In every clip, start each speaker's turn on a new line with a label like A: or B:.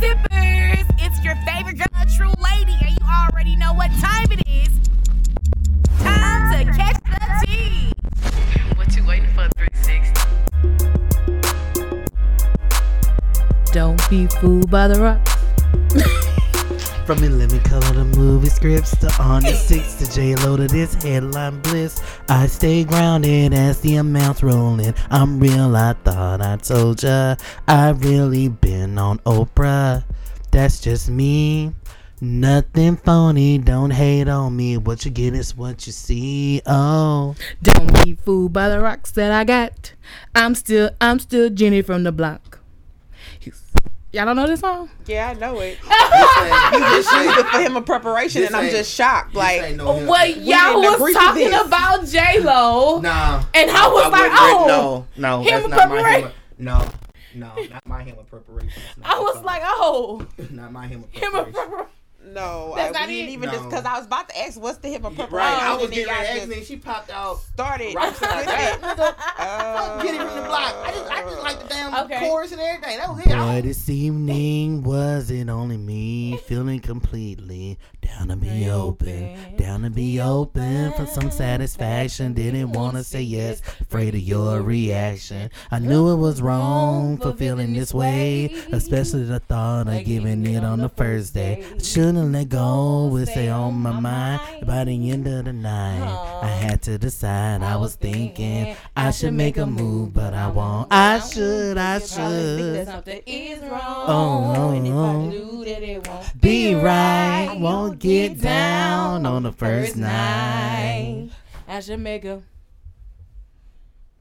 A: sippers. It's your favorite girl, True Lady, and you already know what time it is. Time to catch the tea.
B: What you waiting for, 360?
C: Don't be fooled by the rocks.
D: From the lemon color to movie scripts to on the six to J Lo to this headline bliss. I stay grounded as the amounts rolling. I'm real, I thought I told ya. I really been on Oprah. That's just me. Nothing phony, don't hate on me. What you get is what you see. Oh,
C: Don't be fooled by the rocks that I got. I'm still, I'm still Jenny from the block. Y'all don't know this song?
E: Yeah, I know it.
F: You
E: You just used it for him in preparation,
F: This
E: and I'm
F: ain't-
E: just shocked. Like,
F: what?
A: Well, y'all
E: didn't
A: was
E: agree to
A: talking
E: this.
A: about J Lo,
F: Nah.
A: and I was like,
F: wouldn't
A: oh,
F: re- no, no,
A: Him
F: that's
A: with
F: not my
A: preparation.
F: him. No, no, not my him of preparation. That's not
A: I
F: my
A: was
F: song.
A: like, oh,
F: not my him of
A: him a
F: preparation.
E: no,
A: That's
E: I,
A: not
E: we didn't
A: it.
E: even just
F: No.
E: because I was about to ask what's the him of preparation.
F: right, I was
E: and then
F: getting
E: y'all
F: ready to ask
E: just
F: me. She popped out.
E: Started.
F: Rocks like that.
E: Uh,
F: Get it from the block. I just, I just like the damn
A: Okay.
F: chorus and everything. That was it. I
D: But this evening was it only me feeling completely down to be open, down to be open for some satisfaction. Didn't want to say yes, afraid of your reaction. I knew it was wrong for feeling this way, especially the thought of giving it on the first day. I Shouldn't let go, it stay on my mind. By the end of the night, I had to decide. I was thinking I should make a move, but I won't. I should, I should.
C: Something is wrong.
D: Oh,
A: Uh-huh.
D: no,
C: Knew that it won't
D: Be right, won't get down on the first night.
C: I should make a.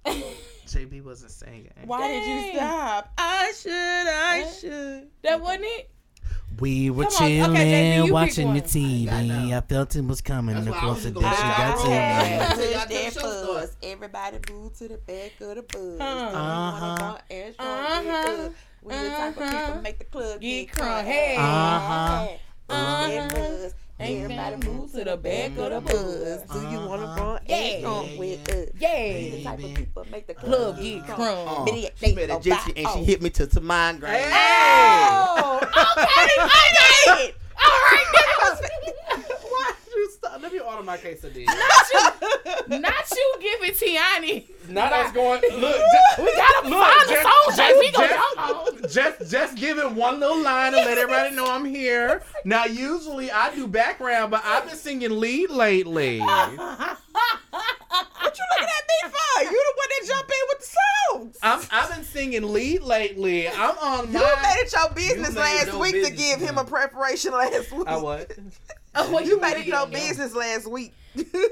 D: JB wasn't singing.
E: Why did
C: Dang.
E: you stop? I should. I should.
C: That wasn't it.
D: We were
C: Come on, okay,
D: chilling,
C: JB, you pick
D: watching the
C: one.
D: TV. I, felt it was coming,
F: That's
D: of
F: why I
D: course,
F: was
D: the
F: just
D: dish
F: gonna say
D: got to
F: that.
D: me.
F: Yeah.
E: Push
F: Yeah.
E: that
F: Yeah.
E: fuzz. Everybody move to the back of the bus.
D: Uh-huh.
E: Uh-huh. We the type of people make the club
C: Get
E: get
C: crunk.
E: crunk.
C: Hey.
D: Uh-huh.
E: Push that
C: Uh-huh.
E: bus. Everybody move to the
C: back
E: back of the bus. Do you wanna
D: Uh-huh.
E: run
C: Yeah.
E: and crunk with us? We the
C: Yeah.
E: type of people make the
C: Club
E: club
C: get
E: get
C: crunk.
F: Uh,
E: Bitty,
F: she
E: they
F: made a
E: go
F: gypsy and
E: bop.
F: she hit me to to mind grind.
E: Oh, okay, okay. All right,
F: Why did you stop? Let me order my quesadilla.
A: not you giving Tiani.
F: Now that's going. Look, just, we gotta look,
A: find the song, Jay. We gonna-
F: just, just, just give it one little line and let everybody know I'm here. Now, usually I do background, but I've been singing lead lately. I'm,
E: Oh, What you looking at me for? You the one that jump in with the songs.
F: I've been singing lead lately. I'm on
E: You
F: my.
E: made it your business
F: made
E: last
F: it your
E: week to
F: business,
E: give him
F: man.
E: a preparation last week.
F: I what?
A: Oh, well,
E: You made it your business last week.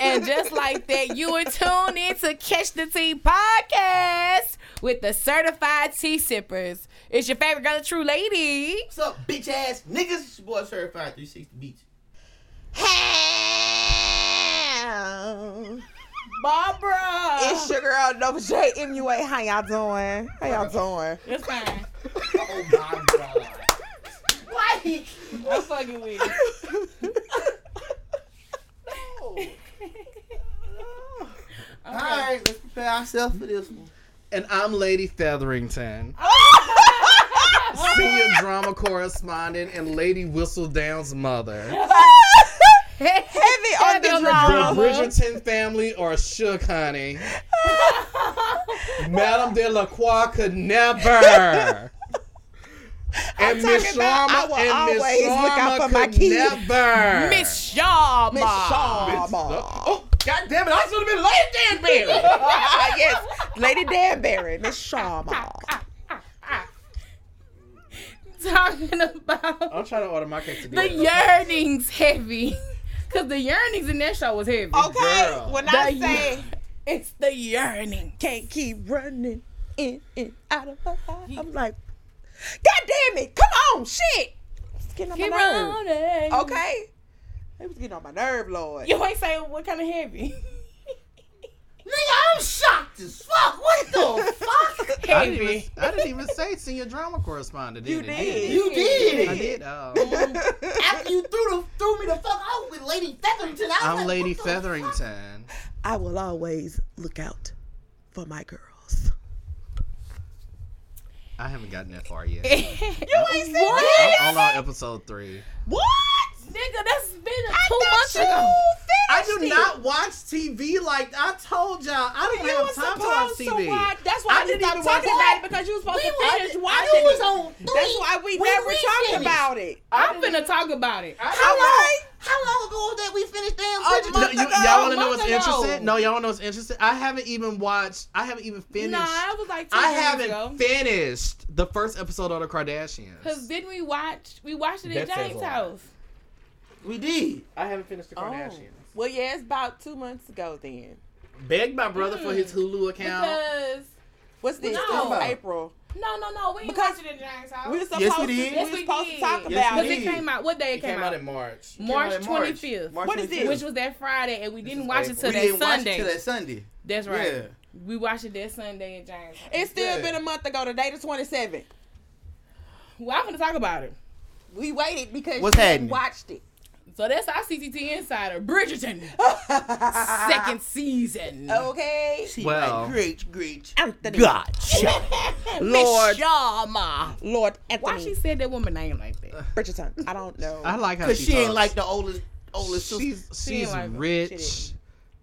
A: And just like that, you were tuned in to Catch the Tea podcast with the certified tea sippers. It's your favorite girl, the true lady.
F: What's up, bitch ass niggas? It's your boy Certified 360 Beach.
A: Barbara.
E: it's your girl Nova J MUA. How y'all doing? How y'all doing?
A: That's fine.
F: Oh my god.
A: Like, I'm fucking with you.
F: All right, let's prepare ourselves for this one. And I'm Lady Featherington.
E: Oh!
F: Senior drama correspondent and Lady Whistledown's mother.
E: Oh, Heavy on the
F: The
E: drama.
F: Bridgerton family are shook, honey. Madame de la Croix could never. And Miss
E: talking about I
F: Sharma
E: will
F: and Miss
E: always look out
F: Sharma
E: for my
F: could
E: kid.
F: never.
A: Miss Shaw.
E: Miss Shaw.
F: Oh, God damn it! I should have been Lady Danbury.
E: yes, Lady Danbury, Miss Sharma.
A: Talking about
F: I'm trying to order my cake
A: the
F: today.
A: yearnings heavy. Because the yearnings in that show was heavy.
E: Okay,
F: Girl.
E: when
A: The-
E: I say
A: It's the yearning.
E: can't keep running in and out of her life, I'm like, God damn it! Come on, shit! It's getting on
A: Keep
E: my nerve.
A: running.
E: Okay. They was getting on my nerve, Lord.
A: eh. You ain't saying what kind of heavy.
F: Nigga, I'm shocked as fuck. What the fuck? I didn't, even,
A: Heavy.
F: I didn't even say senior drama correspondent.
E: You
F: I?
E: did.
F: You did.
E: I
F: I
E: did.
F: did. Oh. After you threw, the, threw me the fuck out with Lady Featherington, I am Lady Featherington.
E: I will always look out for my girls.
F: I haven't gotten that far yet.
A: you ain't saying
E: What?
D: on episode three.
E: What?
A: Nigga, that's been a
E: I
A: two
E: thought
A: months
E: you
A: ago.
D: I
E: finished
D: do
E: it.
D: not watch TV like I told y'all. I don't
E: You
D: have
E: was
D: time to watch
E: supposed to
D: TV.
E: watch. That's why
D: I
E: I
D: didn't
E: didn't stop
D: even watch
E: talking
D: it.
E: about it because you was supposed to
A: I-
E: finish
A: I
E: watching
A: knew it was
E: it.
A: on
E: That's why we
A: when
E: never
A: we
E: talked
A: finished.
E: about it.
G: I'm finna talk about it.
D: I-
E: All right.
F: How long ago was that we finished damn
D: Oh, No,
F: Bridgerton?
D: you, y'all want to know what's interesting? No, y'all want to know what's interesting? I haven't even watched. I haven't even finished.
A: Nah, I was like two
D: I
A: months
D: haven't
A: ago.
D: finished the first episode of the
A: Cause
D: Kardashians.
A: didn't we watch? We watched it at
D: That says
A: James'
D: a lot.
A: house.
D: We did. I haven't finished the Kardashians.
E: Well, yeah, it's about two months ago then.
D: Begged my brother for his Hulu account.
A: Because
E: What's this?
A: No.
E: This is April.
A: no, no, no, we didn't
E: Because-
A: watch it at James' house.
E: We were supposed
D: we
E: to.
D: did.
E: We
A: Yes,
E: were
A: we
E: supposed
A: did.
E: to talk
D: Yes,
E: about
A: Because
D: we
E: it.
A: it came out. What day it
D: It came out in March. It came out
A: March
D: in
A: 25th.
F: March
E: What is
F: 25th.
E: it?
A: Which was that Friday, and we didn't
D: is
A: watch it
D: April.
A: till
F: we
A: that
F: didn't watch it
A: Sunday.
F: till that Sunday.
A: That's right.
F: Yeah.
A: We watched it that Sunday at James' house.
E: It's still
F: Yeah.
E: been a month ago. Today, the twenty seventh.
A: Well, I'm gonna talk about it.
E: We waited because
F: What's
E: you
F: happening?
E: watched it.
A: So that's our CCT insider, Bridgerton, second season.
E: Oh. okay.
F: She
D: Well.
F: like, great, great.
E: Anthony.
F: Gotcha.
E: Lord.
A: Shama.
E: Lord
A: Why
E: Anthony
A: she said that woman name like that?
E: Bridgerton. I don't know.
D: I like how
F: Because
D: she,
F: she ain't
D: talks.
F: like the oldest, oldest sister.
D: she's she's
A: like her.
D: rich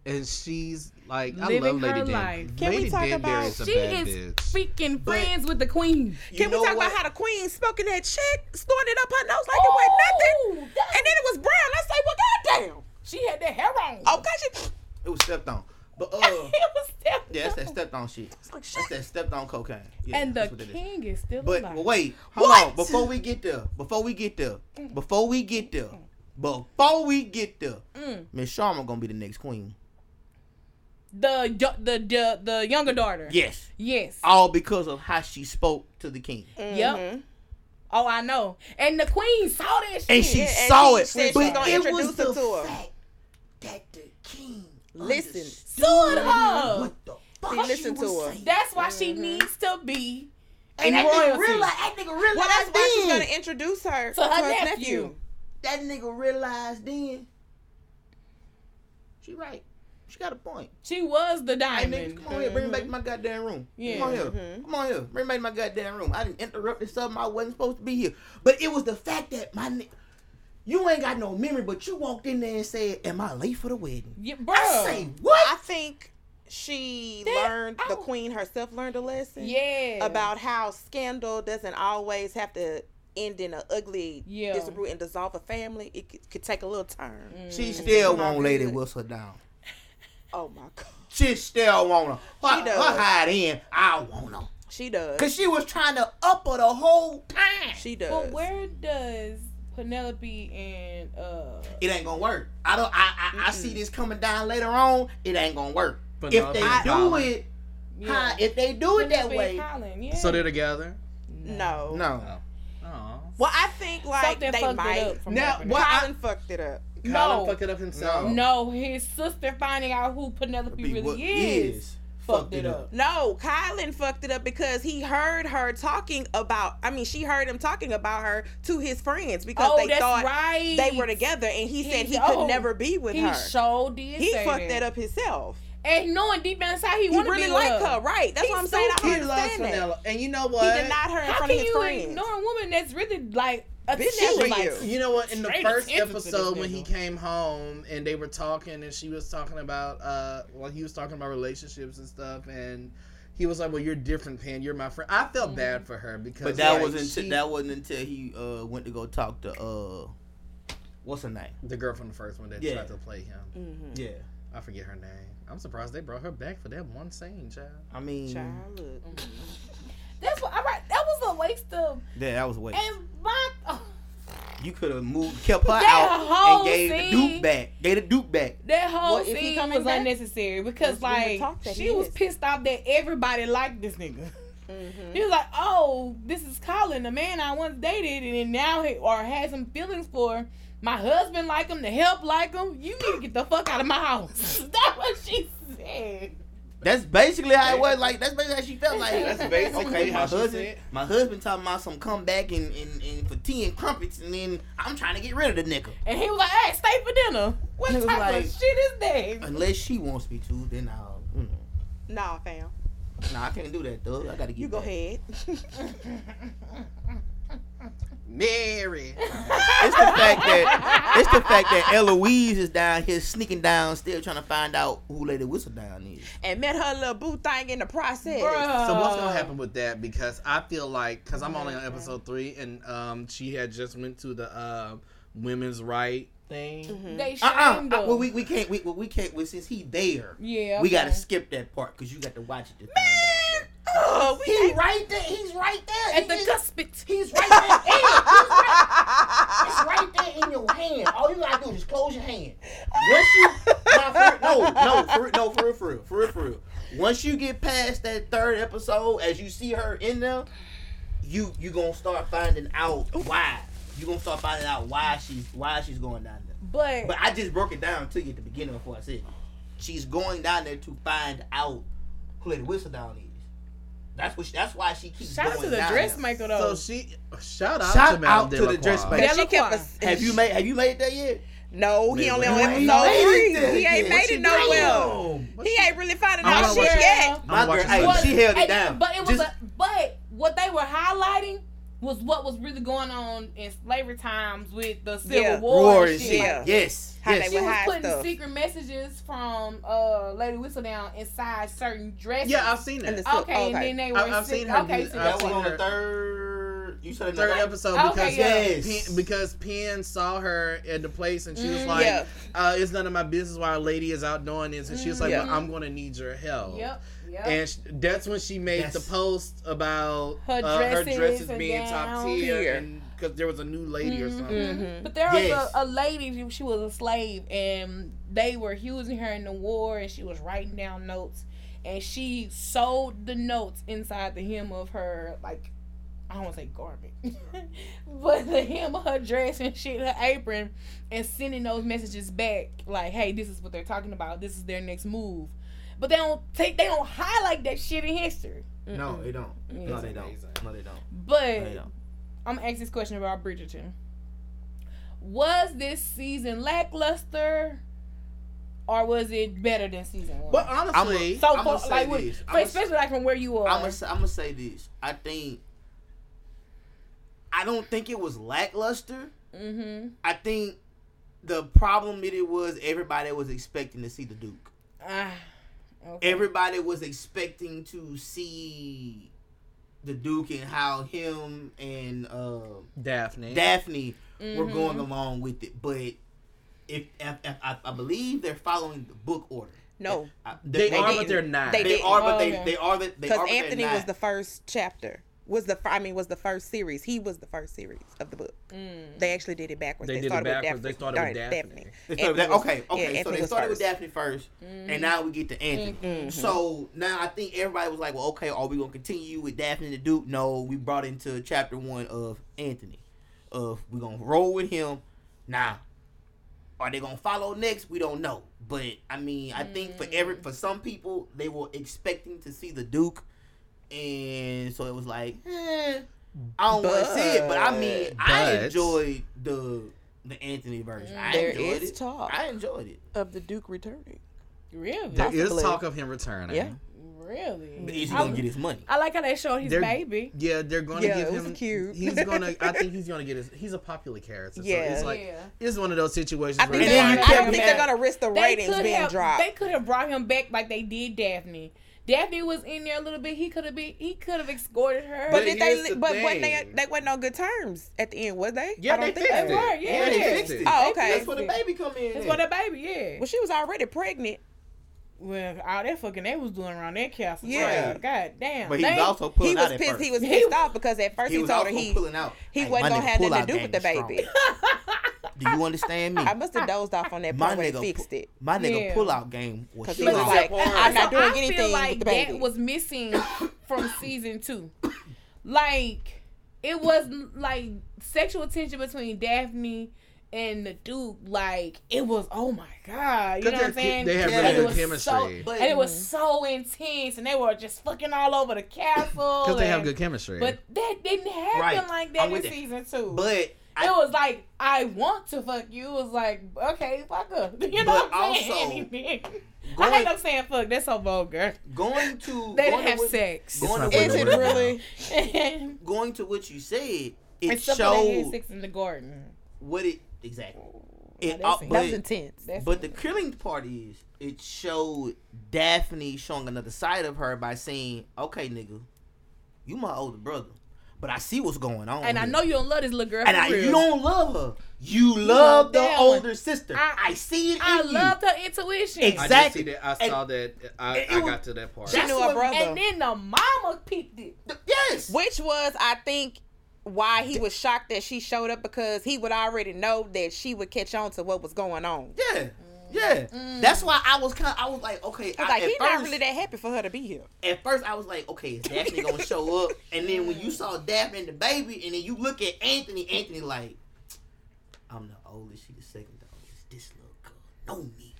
D: and she's like I
A: Living
D: love
A: her
D: Lady
A: life.
D: Dan.
E: Can we
D: Lady
E: talk
D: Danbury
E: about-
D: is a
A: She
D: bad
A: is
D: bitch.
A: freaking
F: But-
A: friends with the queen.
F: You
E: Can we
F: know
E: talk
F: what?
E: about how the queen spoken that shit, snorted up her nose like it was nothing,
A: Ooh, that-
E: and then it was brown? I say, well,
A: She had that hair on.
F: Oh.
E: goddamn. Okay, she.
F: It was stepped on. But, uh,
A: it was that.
F: yeah, that's that stepped on shit.
E: It's like
F: That's
E: shit.
F: that stepped on cocaine. Yeah,
A: And the
F: that's what it is.
A: king is still
F: But
A: alive.
F: but wait, hold
E: What?
F: on. Before we get there, before we get there, before we get there, before we get there,
E: Mm.
F: Miss Sharma gonna be the next queen.
A: the, yo- the the the younger daughter.
F: Yes.
A: Yes.
F: All because of how she spoke to the king, mm-hmm.
A: Yep. Oh, I know. And the queen saw that shit.
F: and she
E: Yeah, and
F: saw
E: she
F: it.
E: said she
F: but
E: gonna
F: it was
E: introduce
F: the
E: her to her.
F: fact that the king
E: Listen.
F: understood
A: sued her.
F: What the fuck she
E: listened to
F: was
E: her.
F: saying. Mm-hmm.
A: That's why she needs to be
F: And
A: in
F: that nigga
A: royalty.
F: realized. That nigga
E: Well,
F: realized
E: that's why she's
F: then.
E: gonna introduce her
A: to her nephew.
F: that nigga realized then. She right. She got a point.
A: She was the
F: Hey,
A: diamond.
F: niggas, come on here, bring me back to my goddamn room. Come on here,
E: Mm-hmm.
F: come on here, bring me back to my goddamn room. I didn't interrupt something I wasn't supposed to be here, but it was the fact that my ni- you ain't got no memory, but you walked in there and said, "Am I late for the wedding?"
A: Yeah, bro.
F: I say what?
E: I think she
A: That-
E: learned
A: I
E: the
A: don't-
E: queen herself learned a lesson.
A: yeah.
E: About how scandal doesn't always have to end in an ugly
A: Yeah.
E: disrepute and dissolve a family. It could, could take a little turn.
F: she still
E: Mm-hmm.
F: won't lay that whistle down.
E: Oh my god,
F: She still wanna. Her,
E: She
F: she
E: does.
F: her hide in. I wanna.
E: she does.
F: Cause she was trying to up her the whole time.
E: she does.
A: But where does Penelope and uh
F: It ain't gonna work. I don't. I I, I see this coming down later on. It ain't gonna work.
D: But
F: if
D: no,
F: they
D: I-
F: do it, huh, if they do it that
A: Penelope
F: way,
A: and Colin, yeah.
D: So they're together.
E: no.
F: No.
D: Oh.
E: Well, I think like
A: Something
E: they
A: fucked it
E: might.
A: up from
D: Now,
A: happening.
D: what- I-
E: Colin fucked it up.
A: No.
D: Colin fucked it up himself.
A: No, his sister finding out who Penelope really is, fucked it up.
E: No, Kylan fucked it up because he heard her talking about. I mean, she heard him talking about her to his friends because
A: Oh,
E: they
A: that's
E: thought
A: right.
E: they were together, and he, said he
A: oh,
E: could never be with
A: he
E: her.
A: sure did.
E: he
A: say
E: fucked that up himself.
A: and knowing deep down inside he,
E: He
A: wanted
E: really
A: be
E: liked
A: loved.
E: her, right? That's
A: He
E: what I'm saying. I
A: super-
E: don't
D: He loves
E: understand that.
D: Vanilla, and you know
E: He
D: what?
E: denied her in
A: How
E: front of
A: can
E: his
A: you
E: friends.
A: ignore a woman that's really like a
E: Bitch,
A: ten
E: for
A: like
E: you.
D: You know what? In the
A: Straight
D: first
A: attention to this
D: episode, when
A: nigga.
D: he came home and they were talking, and she was talking about, uh, well, he was talking about relationships and stuff, and he was like, "Well, you're different, Pan. You're my friend." I
F: Mm-hmm.
D: felt bad for her because,
F: But that
D: like,
F: wasn't
D: she-
F: that wasn't until he uh went to go talk to uh what's her name?
D: the girl from the first one that
F: Yeah.
D: tried to play him.
A: Mm-hmm.
F: Yeah.
D: I forget her name. I'm surprised they brought her back for that one scene, child.
F: I mean
E: Child, look.
A: That's what I right. That was a waste of
F: yeah, that was way.
A: and my
F: You could have moved kept her
A: That
F: out
A: whole
F: and gave the
A: scene-
F: Duke back. Gave the Duke back.
A: that whole
E: Well, if he
A: scene
E: coming
A: was
E: back,
A: unnecessary because
E: we would
A: like
E: talk that
A: she
E: he
A: was
E: is.
A: pissed off that everybody liked this nigga. He was like, "Oh, this is Colin, the man I once dated, and then now he, or had some feelings for. My husband like him, the help like him. You need to get the fuck out of my house." that's what she said.
F: That's basically how it was. Like that's basically how she felt. Like
A: That's basically
F: okay,
D: how
F: my
D: she
F: husband,
D: said.
F: my husband talking about some comeback and, and, and for tea and crumpets, and then I'm trying to get rid of the nigga.
A: And he was like, "Hey, stay for dinner. What
F: He
A: type
F: was like-
A: of shit is that?"
F: Unless she wants me to, then I'll. mm. You know.
E: Nah, fam.
F: Nah, I can't do that, though. I gotta get.
E: You go
F: back.
E: ahead.
D: Mary.
F: It's the fact that it's the fact that Eloise is down here sneaking downstairs trying to find out who Lady Whistledown is.
E: and met her little boo thing in the process.
A: Bruh.
D: So
F: Oh.
D: what's gonna happen with that? Because I feel like because I'm only on
F: Mm-hmm.
D: episode three, and um, she had just went to the uh, women's right thing.
A: They
F: Uh uh
A: shamed them.
F: Well, we, we can't we well, we can't well, since he there.
A: yeah.
F: We gotta
A: okay.
F: skip that part because you got to watch it. To find
E: Oh,
F: out.
E: we
F: He right there. He's right there.
A: At the
F: He-
A: cuspit.
F: He's right there. Hey, he's right, it's right there in your hand. All you gotta do is close your hand. Once you, nah, for, no, no, for, real- no, for real, for real, for real, for real. Once you get past that third episode, as you see her in there, you you gonna start finding out why. You gonna start finding out why she's why she's going down there.
A: But,
F: But I just broke it down to you at the beginning before I said it. She's going down there to find out who Lady Whistledown is. That's what. She, that's why she keeps
A: shout
F: going
A: out to the
F: down there.
A: dressmaker though.
D: So she shout out
F: Shout
D: to, Madame
F: out to
D: Delacroix.
F: the dressmaker.
E: But she
A: Delacroix.
E: kept us.
F: Have you made Have you made that yet?
E: No, he only on
D: You ain't
E: episode
F: made
E: three.
F: it then.
E: He ain't
F: Yeah,
E: made
F: she
E: it nowhere.
D: Damn. What
E: He
D: she-
E: ain't really finding
D: I
E: out
D: wanna
E: shit
D: watch-
E: yet.
D: I'm
F: My girl,
D: watching
F: hey,
D: this.
F: she held it
A: and-
F: down.
A: But it was
F: Just-
A: a, but what they were highlighting was what was really going on in slavery times with the Civil
E: Yeah.
A: War, and shit.
E: Yeah.
F: Yes.
E: How
F: yes.
E: they
A: She
E: would
A: was
E: hide
A: putting
E: stuff.
A: secret messages from uh, Lady Whistledown inside certain dresses.
D: Yeah, I've seen
E: And
D: that.
E: the-
A: okay,
E: Okay.
A: and then they were.
D: I've- I've
A: sick-
D: seen her
A: Okay, so
D: do- I've
F: that
A: that's
F: was
D: seen
F: on
A: what-
F: the
D: her.
F: third. You said
D: Third
F: another-
D: episode
A: Okay,
D: because
A: yeah.
D: Pen,
F: Yes.
D: because Pen saw her at the place and she was
A: Mm,
D: like,
E: yeah.
D: uh, "It's none of my business why a lady is out doing this," and she was like,
E: Yeah.
D: "But I'm gonna need your help."
A: Yep. Yep.
D: And sh that's when she made
F: Yes.
D: the post about
A: Her
D: uh, her
A: dresses
D: dresses
A: and
D: being top
A: gowns.
E: Here. Mm-hmm.
D: tier because there was a new lady or something.
A: But there was
F: Yes.
A: a, a lady, she- she was a slave, and they were using her in the war, and she was writing down notes, and she sewed the notes inside the hem of her, like, I don't want to say garment, but the hem of her dress and shit, her apron, and sending those messages back, like, hey, this is what they're talking about, this is their next move. But they don't take, they don't highlight that shit in history.
F: No, they don't. No, they don't. No, they don't.
A: But
F: No, they don't.
A: I'm gonna ask this question about Bridgerton. Was this season lackluster, or was it better than season one?
D: But honestly,
A: so
F: I'ma
A: far,
F: say
A: like, with,
F: this.
A: so
F: I'ma
A: especially like from where you are.
F: I'm gonna I'm gonna say this. I think. I don't think it was lackluster.
A: mm-hmm.
F: I think the problem with it was everybody was expecting to see the Duke.
A: Ah, okay.
F: everybody was expecting to see the Duke and how him and uh,
D: Daphne.
F: Daphne were
E: Mm-hmm.
F: going along with it. But if, if, if I, I believe they're following the book order,
E: No,
F: I-
D: they,
F: they-
D: are,
F: they-
D: but they're not.
E: they-
F: they are, but
A: Oh,
F: they
A: okay.
F: they are that they are.
E: because
F: but they're
E: Anthony
F: not.
E: was the first chapter. Was the fir- I mean was the first series. He was the first series of the book. They actually did it backwards.
D: They did it backwards. They started with Daphne.
F: They started with
E: Anthony
F: that-
E: was-
F: okay,
E: yeah,
F: okay. so
E: Anthony
F: they
E: was
F: started with
E: first. Mm-hmm.
F: Daphne 1st and now we get to Anthony. So now I think everybody was like, "Well, okay, are we gonna continue with Daphne and the Duke?" No, we brought into chapter one of Anthony. Of we gonna roll with him. Now, are they gonna follow next? We don't know. But I mean, I think for every
E: Mm.
F: for some people, they were expecting to see the Duke, and so it was like, eh, I don't want to see it. But I mean, I
D: But-
F: enjoyed the the Anthony version. I
E: There
F: enjoyed
E: is
F: it.
E: talk.
F: I enjoyed it.
E: of the Duke returning.
A: really,
D: There is
E: Possibly.
D: talk of him returning.
E: Yeah.
F: But
A: really.
F: is he gonna get his money?
A: I like how they showed his
D: They're-
A: baby.
D: Yeah, they're going to
E: Yeah, it
D: give
E: was
D: him.
E: cute.
D: He's gonna. I think he's gonna get his. He's a popular character. So
E: Yeah.
D: it's like
A: Yeah.
D: it's one of those situations.
E: I
D: where
E: think
F: And
D: it's
E: they're,
F: then
E: I
F: you
E: don't
D: like,
F: kept
E: think
F: him
E: they're
F: at-
E: gonna risk the
A: They
E: ratings
A: could
E: being
A: have
E: dropped.
A: they could have brought him back like they did Daphne. Daphne was in there a little bit. He could have been he could have escorted her.
E: but
D: But
E: did
D: here's
E: they?
D: the
E: But wasn't they?
D: thing.
E: They wasn't on good terms at the end, was they?
D: yeah,
E: I don't
D: they
E: think
D: fixed
E: they
D: it.
E: were.
A: were, yeah.
D: they
A: Yeah.
D: fixed it.
E: Oh, okay.
F: That's where the baby come in.
A: That's
F: at.
A: why the baby, yeah.
E: Well, she was already pregnant.
A: Well, all that fucking they was doing around that castle.
E: Yeah.
A: Yeah. God damn.
F: But he was
A: They-
F: also pulling
E: he
F: out
E: was
F: at
E: pissed.
F: first.
E: He was
A: He
E: pissed
A: was-
E: off because at first
F: He
E: he,
F: was
E: told her
F: also
E: he
F: pulling out.
E: he
F: Like,
E: wasn't
F: my
E: gonna
F: nigga
E: have nothing
F: pull-out
E: to do with the
F: game is
E: baby.
F: strong. Do you understand me?
E: I must have dozed off on that
F: my
E: part when they
F: nigga,
E: fixed
F: pu-
E: it.
F: my nigga
A: Yeah.
F: pull out game was
E: Cause
F: strong.
E: he was like,
A: And
E: I'm not
A: also,
E: doing
A: I
E: anything
A: feel like
E: with the baby.
A: that was missing from season two. Like it was like sexual tension between Daphne and the Duke. Like it was. Oh my god! You know what I'm
D: they're ki-
A: saying?
D: they have
F: really
A: And it
F: good
A: was so-
D: chemistry.
F: But-
A: and it
E: mm-hmm.
A: was so intense, and they were just fucking all over the castle.
D: because they have
A: and-
D: good chemistry.
A: But that didn't happen
F: Right.
A: like
F: I'm
A: that
F: with
A: in
F: it.
A: season two.
F: but I,
A: it was like I want to fuck you. It was like okay, fuck her. You know what
F: But
A: I'm saying? I
F: Going-
A: hate I'm saying fuck. That's so vulgar.
F: going to
A: They
F: going
A: didn't have
F: to what,
A: sex.
F: Going
D: It's
F: to,
D: not
F: what-
D: really-
F: going to what you said, it
A: It's something they had
F: showed
A: sex in the garden.
F: what it exactly. It,
E: That
F: uh,
E: was- that was
F: but,
E: intense.
A: That's
F: but the killing part is it showed Daphne showing another side of her by saying, "Okay, nigga, you my older brother, but I see what's going on."
A: and I
F: here.
A: know you don't love this little girl.
F: and
A: for
F: I,
A: real.
F: you don't love her. You
A: love
F: love the
A: that one.
F: older sister.
A: I-
F: I, see it.
A: I
F: in you.
A: loved her intuition.
D: I
F: Exactly.
D: did see that. I
F: And-
D: saw that. I,
F: and it
D: I
F: was-
D: got to that part.
F: She
A: That's
E: knew her
A: what-
E: brother.
A: And then the mama peeped it.
F: Th- Yes.
E: Which was, I think, why he was shocked that she showed up because he would already know that she would catch on to what was going on.
F: Yeah. Yeah. That's why I was kind. of I was like, okay. I,
E: It's like
F: at
E: he's
F: first,
E: not really that happy for her to be here.
F: At first, I was like, okay, is Daphne gonna show up? And then when you saw Daphne and the baby, and then you look at Anthony, Anthony like, I'm the oldest. She the second oldest. This little girl know me.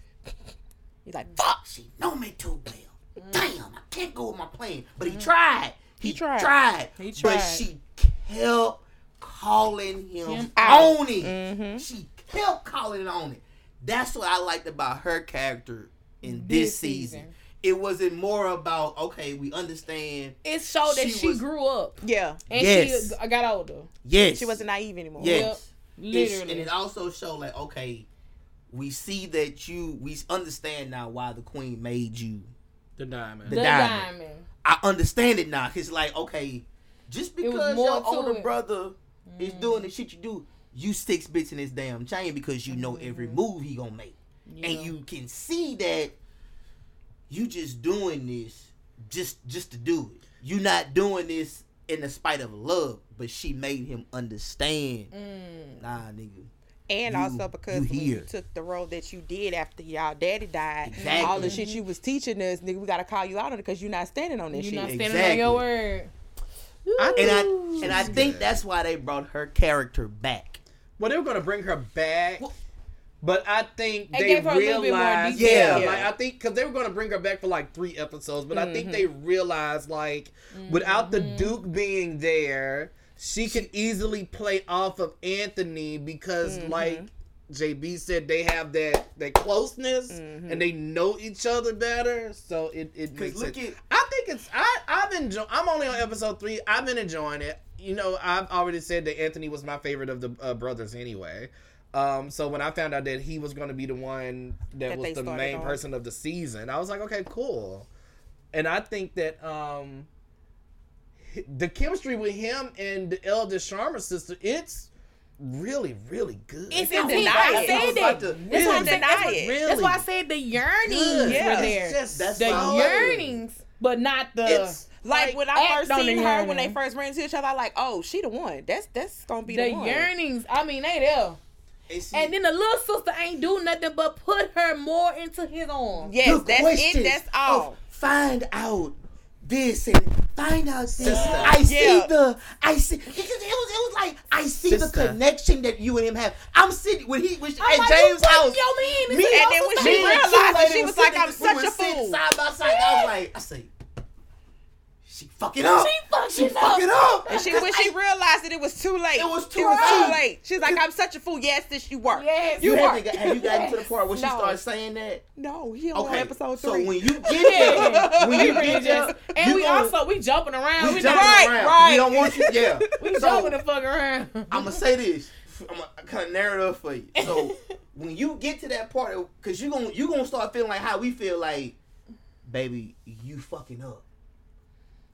E: He's like, fuck.
F: Fuck, she know me too well. Damn, I can't go with my plan. But he tried. He,
E: tried.
F: tried.
A: He
F: But
A: tried.
F: she kept calling him,
A: Him out.
F: on it. She kept calling it on it. That's what I liked about her character in this,
A: This
F: season.
A: season.
F: It wasn't more about, okay, we understand.
A: It showed that
F: She
A: she
F: was-
A: grew up
E: Yeah.
A: and she
F: Yes.
A: g- got older.
F: Yes.
E: She wasn't naive anymore.
F: Yes. It's-
A: Literally.
F: and it also showed like, okay, we see that you we understand now why the queen made you
D: the diamond.
F: the
A: the
F: diamond.
A: diamond.
F: I understand it now. It's like, okay, just
A: was
F: because
A: more
F: your
A: to
F: older
A: it. Mm.
F: brother is doing the shit you do, you six bits in his damn chain because you know every
A: Mm-hmm.
F: move he gonna make, and you can see that you just doing this just just to do it. You not doing this in the spite of love, but she made him understand.
A: Mm.
F: Nah, nigga.
E: And
F: You-
E: also because
F: you
E: when
F: here.
E: you took the role that you did after y'all daddy died,
F: Exactly.
E: all the shit you was teaching us, nigga, we gotta call you out on it because you're not standing on this
A: You're
E: shit.
A: not standing on
F: Exactly.
A: your word.
F: And I and I think that's why they brought her character back.
D: Well, they were gonna bring her back, but I think
A: They
D: they
A: gave her a little bit more
D: realized. Yeah,
F: detail. Yeah.
D: like I think because they were gonna bring her back for like three episodes, but I think they
A: Mm-hmm.
D: realized like without the Duke being there, she could easily play off of Anthony because
E: Mm-hmm.
D: like. JB said they have that that closeness
E: Mm-hmm.
D: and they know each other better, so it it makes
F: look
D: sense.
F: at-
D: I think it's I I've enjoyed. I'm only on episode three. I've been enjoying it. You know, I've already said that Anthony was my favorite of the uh, brothers anyway. Um, so when I found out that he was going to be the one that,
E: That they
D: was the
E: started
D: main
E: on.
D: person of the season, I was like, okay, cool. And I think that um, h- the chemistry with him and the eldest Sharma sister, it's really, really good.
A: It's
E: can't
A: intense.
E: deny
A: I
E: it.
A: said
D: I
A: that.
D: was about to-
A: That's why I'm
D: Really?
A: saying- that's what-
E: Deny it.
A: That's why I
D: Really?
A: said the yearnings
D: Good.
A: were
E: Yeah.
A: there.
D: It's just-
F: That's
A: the
F: why-
A: yearnings, but not the.
D: It's-
E: Like, when I
A: act
E: first
A: on the
E: seen her, when they
A: yearning.
E: first ran into each other, I like, oh, she the one. That's that's gonna be the,
A: the
E: one.
A: yearnings. I mean, they there.
F: And, see,
A: And then the little sister ain't do nothing but put her more into his arms.
E: Yes,
F: the
E: that's it.
F: questions
E: That's all.
F: of find out this and find out this. I
E: Yeah.
F: see the I see because it was it was like I see
D: Sister.
F: the connection that you and him have. I'm sitting when he was
A: I'm
F: at
A: like,
F: James'
A: you
F: house.
A: Your man,
F: me
A: and
E: and then when
F: me
E: she
F: and
A: real,
E: realized
F: two
E: it,
F: ladies
E: she
F: were
E: was like,
F: sitting-
E: "I'm
F: we
E: such
F: were
E: a
F: sitting
E: fool."
F: Side by side, I was like, I say, she fucking up.
A: She fucking
F: She fucking up.
E: And she
F: Because
E: when she
F: I-
E: realized that it was too late.
F: It was too
E: too
F: late.
E: late. She's like, I'm such a fool. Yes, this you were.
A: yes,
F: you
A: you
F: have,
A: are.
F: you got- have you gotten to the part where she
E: No.
F: started saying that?
E: No, he on
F: Okay.
E: episode
F: so
E: three.
F: when you get there, when you
A: We
F: get there,
A: just- and
F: you
A: we
F: gonna-
A: also we jumping around. We,
F: We
A: not-
F: jumping
E: Right,
F: around.
E: right.
F: We don't want you. Yeah.
A: we jumping the fuck around.
F: I'm gonna say this. I'm gonna kind of narrow it up for you. So when you get to that part, cause you gonna you gonna start feeling like how we feel like, baby, you fucking up.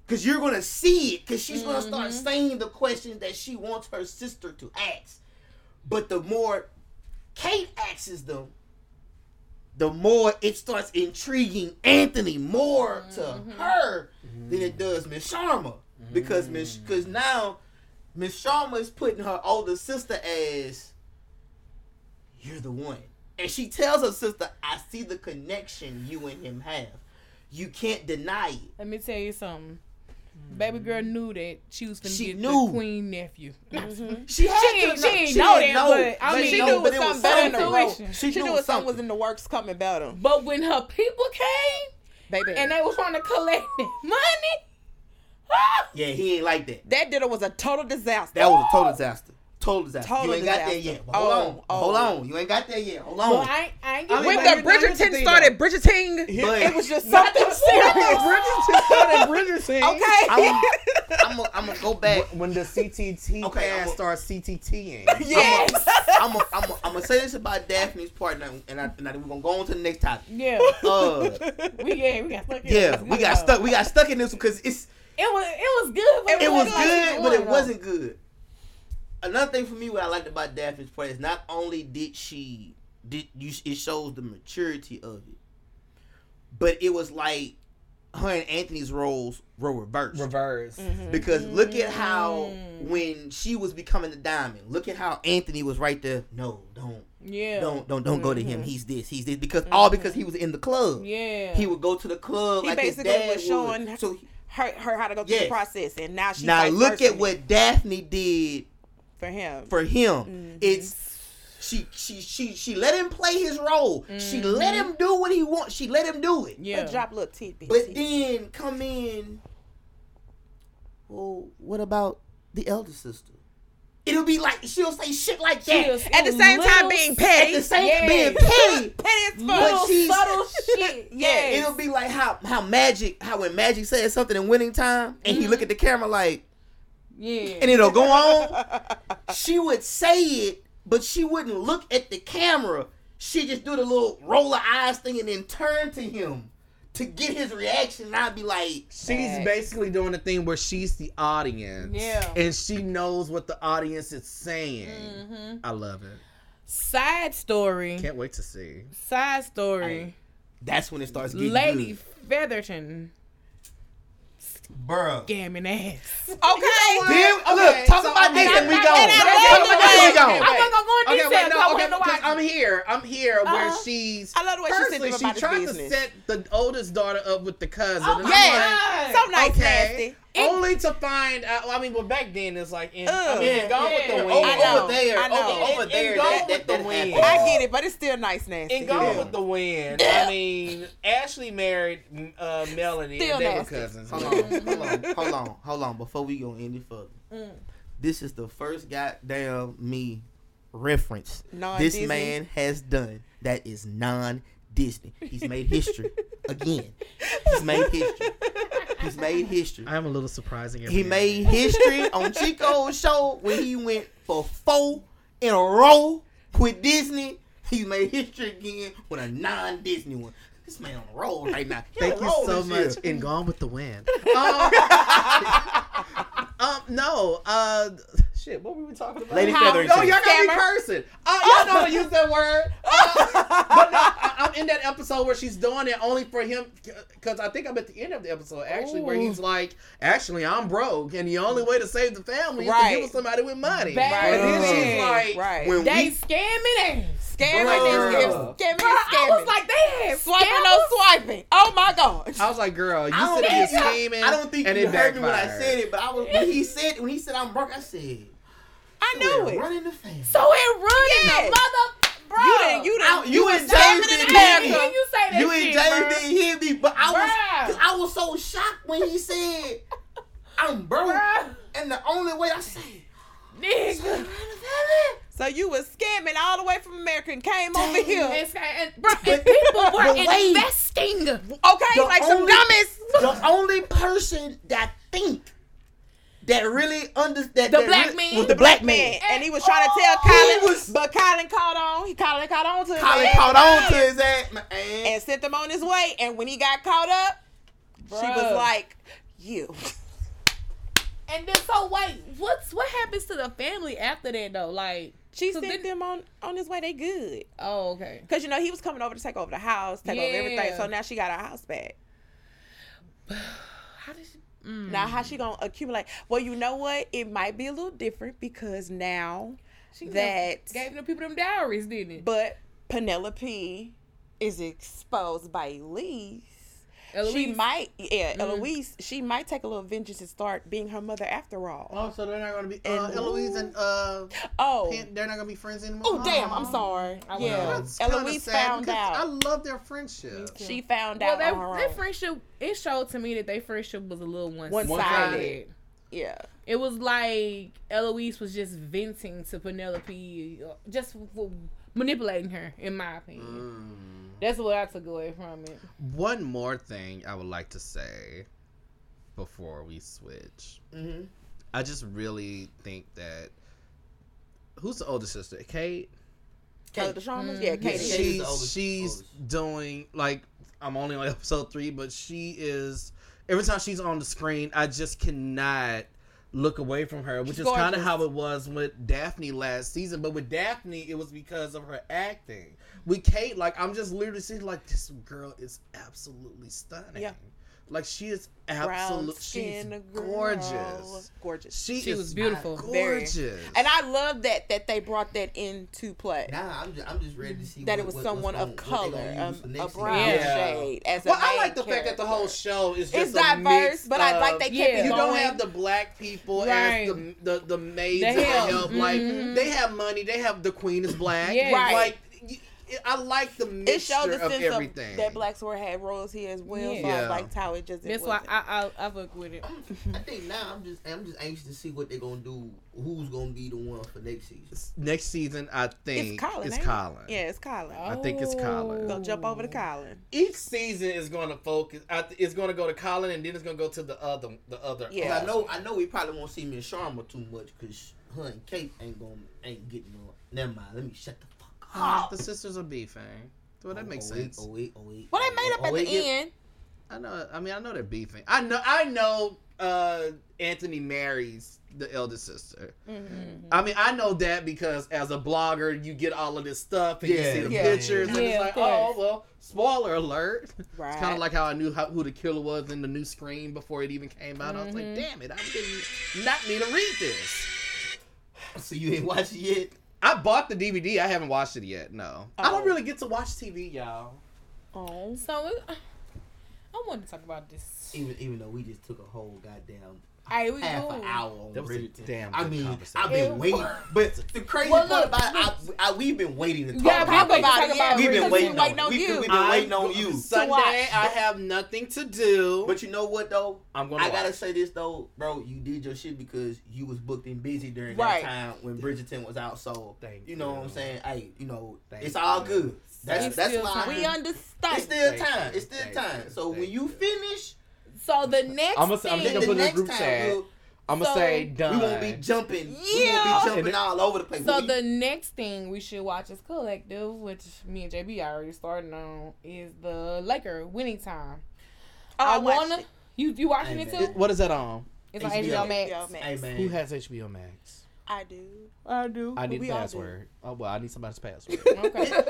F: Cause you're gonna see it. Cause she's gonna start saying the questions that she wants her sister to ask. But the more Kate asks them, the more it starts intriguing Anthony more to her than it does Miss Sharma. Because Miss, because now Miss Sharma is putting her older sister as you're the one. And she tells her sister, I see the connection you and him have. You can't deny it.
A: Let me tell you something. Baby girl knew that she was gonna
F: She
A: get
F: knew.
A: the queen nephew.
F: She had
A: She ain't-
F: to
A: she ain't know that, but, I mean,
E: she
A: No,
E: knew
F: but
E: it
F: it
E: was
F: was
E: something better in the
F: something.
E: works.
F: She
E: knew
F: knew
E: something. was
F: something.
E: in the works coming about him,
A: But when her people came
E: baby.
A: and they was trying to collect that money,
F: Yeah, he ain't like that.
E: that dinner was a total disaster.
F: That was a total disaster. total disaster.
E: Total
F: you ain't got there
E: disaster.
F: yet. Hold
E: Oh,
F: on.
E: oh.
F: Hold on. You ain't got there yet. Hold on.
A: Well, I, I ain't
D: I
A: getting
D: mean,
E: When
D: like,
E: the
D: here's the thing,
E: Bridgerton
D: though.
E: started, Bridgerting,
F: but
E: it was just something serious.
D: Bridgerton started Bridgerton.
E: Okay.
F: I'm gonna I'm go back.
D: When the CTT
F: Okay,
D: cast
F: I'm-
D: starts CTTing.
E: Yes.
F: I'm gonna I'm gonna- I'm gonna say this about Daphne's partner, and, I, and I, we're gonna go on to the next topic.
A: Yeah,
F: Uh,
A: we yeah we got stuck. in
F: yeah,
A: this.
F: we got stuck. We got stuck in this because it's
A: It was it was good. But
F: it was
A: wasn't like
F: good,
A: season
F: but it
A: one,
F: wasn't good. Another thing for me, what I liked about Daphne's part is not only did she did you, it shows the maturity of it, but it was like her and Anthony's roles were reversed.
D: Reverse.
F: Because look at how
E: Mm-hmm.
F: when she was becoming the diamond, look at how Anthony was right there. No, don't,
A: though. Yeah,
F: don't, don't, don't go to
E: Mm-hmm.
F: him. He's this, he's this. Because all because he was in the club.
A: yeah.
F: He would go to the club
E: He
F: like his
E: basically
F: dad
E: was showing
F: would. So
E: her, her how to go through
F: Yes.
E: the process, and now she's
F: now
E: like
F: look at
E: versing
F: what Daphne did
E: for him.
F: for him.
E: Mm-hmm.
F: It's she she she she let him play his role. She let
E: Mm-hmm.
F: him do what he wants. She let him do it.
A: yeah.
E: But drop little tidbits.
F: But then come in. Well, what about the elder sister? It'll be like she'll say shit like that.
A: Yes,
E: at the
A: it
E: same time
A: little
E: being
F: At
E: petty,
F: the same
A: yes.
F: being petty.
E: petty as fuck.
A: little
F: But she's-
A: subtle shit.
E: Yeah,
A: yes.
F: It'll be like how how magic how when magic says something in winning time and
A: Mm-hmm.
F: he look at the camera like
A: yeah.
F: and it'll go on. she would say it, but she wouldn't look at the camera. She just do the little roll her eyes thing and then turn to him to get his reaction. And I'd be like,
D: She's basically doing the thing where she's the audience.
A: Yeah.
D: And she knows what the audience is saying.
A: Mm-hmm.
D: I love it.
A: Side story.
D: Can't wait to see.
A: Side story.
F: that's when it starts getting
A: Lady
F: good.
A: Featherton
F: bruh.
A: scamming ass.
E: Okay.
F: Then,
D: Okay,
F: Look, talk
D: so-
F: about this
D: okay,
F: and we
D: I'm
F: go.
D: not- and
A: I
F: Talk
A: love
F: about
A: the
F: this
A: way-
F: and we
A: I'm
F: go.
A: not gonna go
D: Okay,
A: into
D: wait,
A: detail because
D: no, okay,
A: I want
D: because
A: to
D: I'm
A: watch.
D: here. I'm here where
A: Uh-huh.
D: she's.
E: I love the way she
D: Firstly,
E: sent
D: she
E: them about
D: tried
E: his business.
D: to set the oldest daughter up with the cousin.
A: Oh
D: and
A: my
D: I'm
E: Yes.
A: God.
E: So nice,
D: okay.
E: nasty.
D: Only to find out. well, I mean, well, back then it's like, in, I
E: Ugh.
D: mean,
F: Yeah,
D: gone with
A: yeah.
D: the
A: I
D: wind.
E: know,
F: Over there,
E: I know.
F: over, over
D: And-
F: there,
D: and gone
F: that,
D: with
F: that,
D: the
F: that
D: wind.
F: happened.
E: I get it, but it's still nice, nasty.
D: And gone
F: Yeah.
D: with the wind. I mean, Ashley married mm, uh, Melanie.
E: Still
D: and they were
E: nasty.
D: cousins.
F: Hold on, hold on, hold on, hold on. Before we go any further, this is the first goddamn me reference this
E: Non-Disney.
F: man has done that is non Disney. He's made history again. He's made history. He's made history.
D: I'm a little surprising.
F: He made history on Chico's show when he went for four in a row with Disney. He made history again with a non Disney one. This man on a roll right now. He on
D: Thank
F: a
D: you
F: roll
D: so
F: this
D: much.
F: year.
D: And Gone with the Wind. Um, um, no. Uh, shit. What were we talking about?
F: Lady Feather and
D: No, y'all got me
E: Scammer.
D: cursing. Uh, y'all know how to use that word. Uh, but no, I, I'm in that episode where she's doing it only for him, because I think I'm at the end of the episode actually, where he's like, "Actually, I'm broke, and the only way to save the family is to
E: Right.
D: give it somebody with money."
A: Bad
D: And then she's
E: bitch.
D: like,
E: Right.
F: When
A: They
F: we
A: scamming ass.
E: Scamming,
F: Bruh.
E: scamming, scamming,
A: I was
E: scamming.
A: like, they had
E: swiping,
A: scammers.
E: no swiping. Oh my gosh.
D: I was like, "Girl, you
F: I
D: said
F: don't
D: you're
F: think-
D: scheming."
F: I don't think
D: and
F: you
D: it
F: heard me when I
D: backfired.
F: said it, but I was when he said when he said I'm broke, I said
E: I knew it.
F: running the family.
A: So it running
E: Yeah.
A: the mother, bro.
E: You didn't, you
F: I-
E: didn't.
F: you and
E: was
F: James
E: scamming in
F: did
A: I didn't
E: America.
A: hear you say that
F: you and
A: shit,
F: James
A: bruh.
F: didn't hear me, but I
A: Bruh.
F: was 'cause I was so shocked when he said I'm broke,
A: Bruh.
F: and the only way I said
A: Nigga.
E: So you was scamming all the way from America and came over here.
A: And, and, bro, and people were
F: but wait.
A: investing.
E: Okay,
F: The
E: like some
F: only-
E: dummies.
F: the only person that think that really under that
A: The
F: that
A: black
F: really-
A: man.
F: was the black man.
E: And he was trying to tell
F: He
E: Colin,
F: was-
E: but Colin caught on. He Colin caught on to his
F: Colin
E: ass
F: caught on to his ass, man.
E: and sent him on his way. And when he got caught up, she was
A: Bruh.
E: like, "You."
A: And then so wait, what's what happens to the family after that though? Like
E: She
A: So then-
E: sent them on on his way. They good.
A: oh okay.
E: Cause you know he was coming over to take over the house, take over everything.
A: Yeah.
E: So now she got her house back.
A: How did she,
E: Now how she gonna accumulate? Well, you know what? It might be a little different because now
A: she
E: That-
A: gave the people them dowries, didn't it?
E: But Penelope is exposed by Elise. She
A: Eloise-
E: might, yeah,
A: Mm-hmm.
E: Eloise. She might take a little vengeance and start being her mother after all.
D: Oh, so they're not gonna be uh,
E: And-
D: Eloise and uh,
E: Oh,
D: Pam- they're not gonna be friends anymore.
E: oh, damn!
D: Um,
E: I'm sorry. Yeah,
D: That's kinda
E: Eloise
D: sad
E: found
D: because
E: out.
D: I love their friendship.
E: she found
A: Well,
E: out
A: their,
E: on her
A: their
E: own.
A: friendship it showed to me that their friendship was a little one
E: One-sided.
A: sided.
E: yeah,
A: It was like Eloise was just venting to Penelope, uh, just w- w- manipulating her, in my opinion. That's what I took away from Mm. it.
D: One more thing I would like to say before we switch.
F: Mm-hmm.
D: I just really think that who's the older sister? Kate.
E: Taylor DeSharmas? Yeah, Katie.
F: Kate is
D: she's
F: the oldest-
D: she's
F: oldest.
D: doing like I'm only on episode three, but she is every time she's on the screen, I just cannot look away from her, which
A: She's
D: is kind of
A: gorgeous.
D: how it was with Daphne last season. But with Daphne, it was because of her acting. With Kate, like I'm just literally seeing like this girl is absolutely stunning.
E: Yeah.
D: Like she is
E: Brown
D: absolutely she's
E: skin girl.
D: gorgeous.
E: Gorgeous.
D: She,
A: She
D: is
A: was beautiful.
E: Very.
D: Gorgeous.
E: And I love that that they brought that into play.
F: Nah, I'm just, I'm just ready to see
E: that
F: what-
E: it was
F: what- what's
E: someone
F: gonna-
E: of
F: what they
E: color,
F: gonna
E: um,
F: use for next
E: a
F: season.
E: brown
D: Yeah.
E: shade. As a
D: Well, I
E: main
D: like the fact that the whole
E: character.
D: show is just
E: it's
D: a
E: diverse,
D: mix
E: but I like
D: of-
E: they kept
A: Yeah.
E: it
D: you don't
E: going.
D: have the black people
A: Right.
D: as the the, the maids
A: The
D: and the
A: help.
D: help. Like
A: Mhm.
D: they have money. They have the queen is black.
A: Yeah.
E: Mm-hmm. Right.
D: Like y- I like the
E: it
D: mixture
E: showed the
D: of
E: sense
D: everything.
E: of that black sword had royalty as well. So
D: Yeah.
E: I liked how it just. It
A: That's why
E: wasn't.
A: I, I I fuck with it.
F: I think now I'm just I'm just anxious to see what they're gonna do. Who's gonna be the one for next season?
D: Next season, I think
E: it's Colin.
D: It's
E: ain't it?
D: Colin.
E: Yeah, it's Colin.
D: I think it's Colin.
A: Oh.
E: Go jump over to Colin.
D: Each season is going to focus. I th- It's going to go to Colin, and then it's going to go to the other. The other.
E: Yeah.
F: 'Cause I know I know we probably won't see Miss Sharma too much because her and Kate ain't gonna ain't getting on. Never mind. Let me shut the fuck
H: Ah,
D: Oh,
F: up.
D: the sisters are beefing. Well, that makes
F: oh, wait,
D: sense.
F: Oh wait, oh wait.
E: Well, they made
F: oh,
E: up at the
F: wait, yeah.
E: end.
D: I know. I mean, I know they're beefing. I know. I know. Uh, Anthony marries the elder sister. I mean, I know that because as a blogger, you get all of this stuff and
F: Yeah.
D: you see the
E: Yeah.
D: pictures, and
A: Yeah,
D: it's
A: of
D: like, oh
A: course.
D: well. Spoiler alert.
E: Right.
D: It's kind of like how I knew how, who the killer was in the new screen before it even came out. I was like, damn it, I didn't not need to read this.
F: So you ain't watched it yet?
D: I bought the DVD. I haven't watched it yet. No, I
E: Oh.
D: don't really get to watch TV, y'all.
E: Oh.
A: So it, I want to talk about this.
F: Even even though we just took a whole goddamn
A: All right, we
F: half an
A: cool.
F: hour on
D: That was a
F: Bridgerton.
D: damn
F: I
D: good
F: mean, I've
D: conversation.
F: been
A: It
F: waiting. But the crazy
A: Well,
F: part
A: look,
F: about it, I, I, we've been waiting to talk
A: Yeah,
F: about
A: we
F: it.
A: waiting to talk about
F: We've been
A: Bridgerton.
F: waiting
A: Waiting
F: on
A: on
F: we,
A: you.
F: We've been waiting
D: I'm-
F: on you.
D: Sunday,
A: watch.
D: I have nothing to do.
F: But you know what though?
D: I'm gonna
F: I gotta
D: watch.
F: say this though, bro. You did your shit because you was booked and busy during
E: Right.
F: that time when Bridgerton was out. So
D: Thank
F: you know what I'm
D: you.
F: saying? Hey, you know
D: Thank
F: it's all
D: you.
F: good. That's
A: It's
F: that's
A: still
F: why
A: time.
E: We understand.
F: it's still
D: Thank
F: time.
D: you.
F: It's still
D: Thank
F: time.
D: you.
F: So when
D: Thank
F: you
D: you.
F: finish,
A: So the next
D: I'm gonna say- I'm
A: thing,
D: just gonna put
F: then the
D: it in the
F: next
D: group
F: time
D: chat.
F: we'll,
D: I'm
A: So-
D: gonna say
A: We
D: done.
F: we won't be jumping. We
A: Yeah.
F: won't be jumping all over the place.
A: so
F: We-
A: the next thing we should watch is collective, which me and JB already started on, is the Laker winning time.
E: Oh,
A: I,
E: watched
A: wanna.
E: it.
A: You you watching it
F: Amen.
A: too?
D: What is that on?
A: It's on
F: HBO.
A: HBO Max.
E: Yo, Max.
F: hey man,
D: Who has HBO Max?
E: I do.
A: I do.
D: I need
E: We
D: a
E: all do.
D: password. Oh well, I need somebody's password.
A: Okay.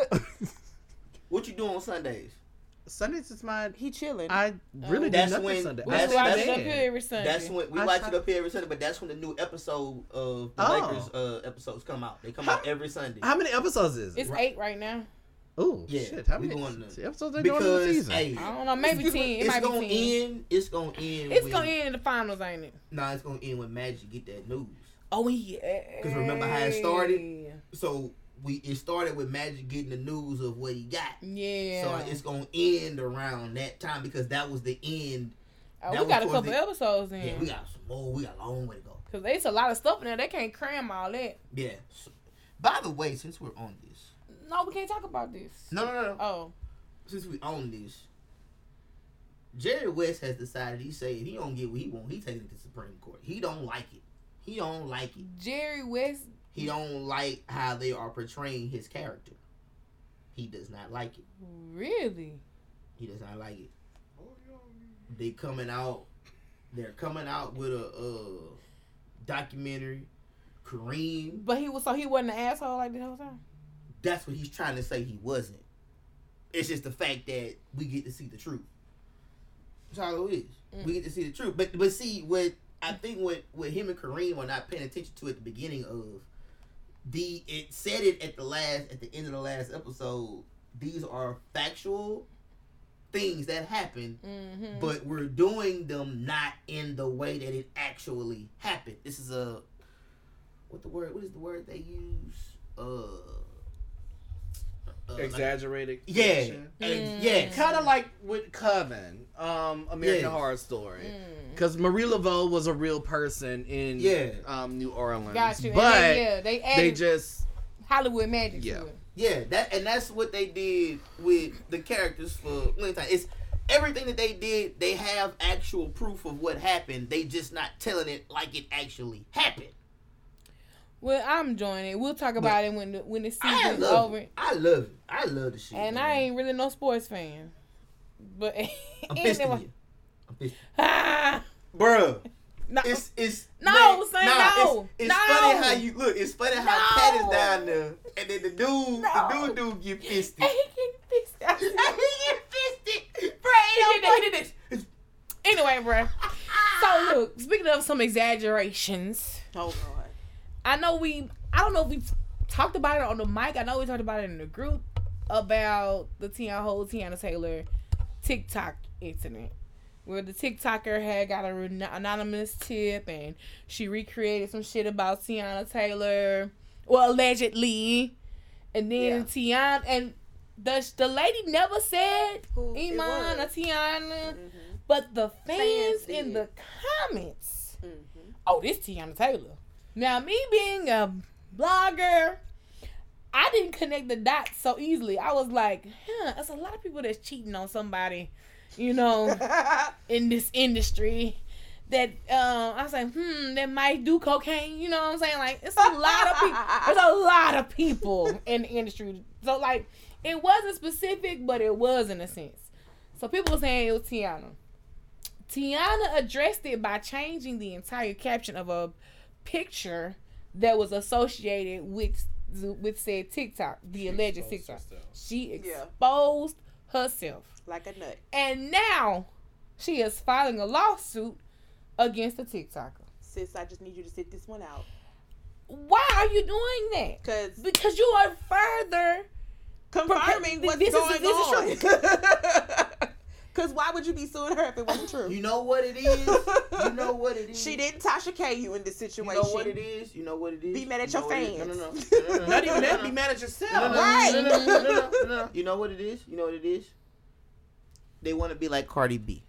F: what you do on Sundays?
D: Sundays is my.
E: He chilling.
D: I really
F: That's
D: do nothing
F: when-
D: Sunday.
A: We
F: That's-
A: watch
F: that's-
A: it up here every Sunday.
F: That's when we
D: I
F: watch
D: try-
F: it up here every Sunday, but that's when the new episode of the
D: Oh.
F: Lakers uh, episodes come out. They come
D: How-
F: out every Sunday.
D: How many episodes is it?
A: It's eight right now.
D: Oh
F: Yeah,
D: shit! How
F: we
D: many
F: going to-
D: see, episodes they going in the
F: because
D: season?
F: hey,
A: I don't know, maybe
F: it's,
A: ten. It
F: it's
A: might be
F: gonna
A: ten.
F: end. It's gonna end.
A: It's
F: when,
A: gonna end in the finals, ain't it?
F: Nah, it's gonna end when Magic get that news.
A: Oh yeah. Because
F: remember how it started? So we it started with Magic getting the news of what he got.
A: Yeah.
F: So it's gonna end around that time because that was the end.
A: Oh,
F: that
A: we
F: was
A: got a
F: towards
A: couple
F: the-
A: episodes in.
F: Yeah, we got some more. We got a long way to go.
A: Cause there's a lot of stuff in there. They can't cram all that.
F: Yeah. So, by the way, since we're on this,
A: No, we can't talk about this.
F: no, no, no, no.
A: Oh,
F: since we own this, Jerry West has decided he say if he don't get what he want, he takes it to Supreme Court. He don't like it. He don't like it.
A: Jerry West.
F: He don't like how they are portraying his character. He does not like it.
A: Really?
F: He does not like it. They coming out. They're coming out with a uh, documentary. Kareem.
A: But he was so he wasn't an asshole like the whole time.
F: That's what he's trying to say. He wasn't. It's just the fact that we get to see the truth. That's all it is. We get to see the truth. But but see what I think what what him and Kareem are not paying attention to at the beginning of the it said it at the last at the end of the last episode. These are factual things that happened,
A: Mm-hmm.
F: but we're doing them not in the way that it actually happened. This is a what the word? What is the word they use? Uh, uh, like,
D: Exaggerated.
F: yeah,
D: fiction.
F: and, yeah,
D: kind of like with Coven, um, American
F: Yes.
D: Horror Story,
A: Hmm.
D: because Marie Laveau was a real person in
F: Yeah.
D: um, New Orleans,
A: Got you. And
D: but
A: they, yeah, they
D: they
A: added
D: just
A: Hollywood magic
D: Yeah.
A: to it.
F: yeah. That and that's what they did with the characters for Time. It's everything that they did. They have actual proof of what happened. They just not telling it like it actually happened.
A: Well, I'm enjoying it. We'll talk about it when the, when the
F: I
A: season's
F: love
A: Mm-hmm. over.
F: it. I love it. I love the shit.
A: And
F: man.
A: I ain't really no sports fan, but
F: I'm pissed at
A: anyway,
F: you. I'm pissed.
A: Ah,
F: Bruh.
A: no,
F: It's it's
A: No,
F: man,
A: son,
F: nah,
A: no,
F: It's, it's
A: no.
F: funny how you look. It's funny how
A: No.
F: Cat is down there, and then the dude,
A: No.
F: the dude, dude get fisted.
A: he get pissed. I
F: he
A: said-
F: get fisted, bro.
A: He did that, he did this. Anyway, bruh. So look, speaking of some exaggerations,
E: Oh Lord.
A: I know we. I don't know if we talked about it on the mic. I know we talked about it in the group about the Tiana whole Tiana Taylor TikTok incident, where the TikToker had got a re- anonymous tip and she recreated some shit about Tiana Taylor, well allegedly, and then Tiana and the the lady never said
E: Who it
A: Iman or
E: was. Mm-hmm.
A: Tiana, but the fans,
E: Fans
A: in
E: did. Mm-hmm.
A: the comments oh, this Tiana Taylor. Now, me being a blogger, I didn't connect the dots so easily. I was like, huh, there's a lot of people that's cheating on somebody, you know, in this industry. That um, I was like, hmm, that might do cocaine. You know what I'm saying? Like, it's a lot of people. There's a lot of people in the industry. So like, it wasn't specific, but it was in a sense. So people were saying it was Tiana. Tiana addressed it by changing the entire caption of a picture that was associated with with said TikTok, the alleged TikTok. She
E: Yeah.
A: exposed herself,
E: like a nut.
A: and now she is filing a lawsuit against the TikToker.
E: Sis, I just need you to sit this one out.
A: Why are you doing that?
E: Cause
A: Because you are further.
E: confirming
A: Th-
E: what's
A: this is-
E: going on.
A: this is
E: Cause why would you be suing her if it wasn't true?
F: You know what it is. You know what it is.
E: she didn't Tasha K you in this
F: You
E: situation.
F: know what it is. You know what it is.
E: Be mad at
F: You
E: your
F: know what it is.
E: fans.
F: No, no, no. No, no, no,
D: not
F: no,
D: even
F: no,
D: that.
F: no,
D: Be
F: no.
D: mad at yourself.
F: No, no, no,
E: Right.
F: no, no, no, no, no, no. You know what it is. You know what it is. They want to be like Cardi B.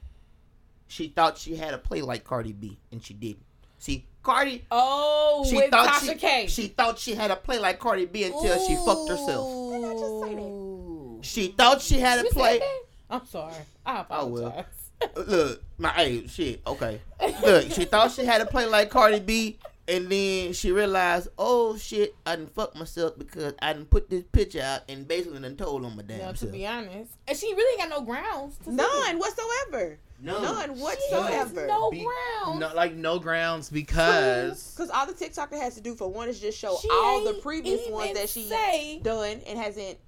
F: She thought she had a play like Cardi B, and she didn't. See, Cardi.
A: Oh,
F: She
A: with
F: thought
A: Tasha
F: she,
A: K.
F: she thought she had a play like Cardi B until she fucked herself.
A: Did I just say that?
F: She thought she had a
A: You said
F: play.
A: that? I'm sorry. I
F: I will. Uh,
A: apologize.
F: Look, my hey, shit. Okay, look, she thought she had a play like Cardi B, and then she realized, oh shit, I didn't fuck myself because I didn't put this picture out and basically done told on my damn
A: No, to
F: self.
A: be honest, and she really ain't got no grounds. To say
E: None whatsoever.
F: No,
E: None
A: that. There's
E: whatsoever.
A: no
D: Be-
A: grounds.
D: No, like no grounds because
E: Because all the TikToker has to do for one is just show
A: She
E: all the
A: ain't
E: previous
A: even
E: ones that she
A: say.
E: done and hasn't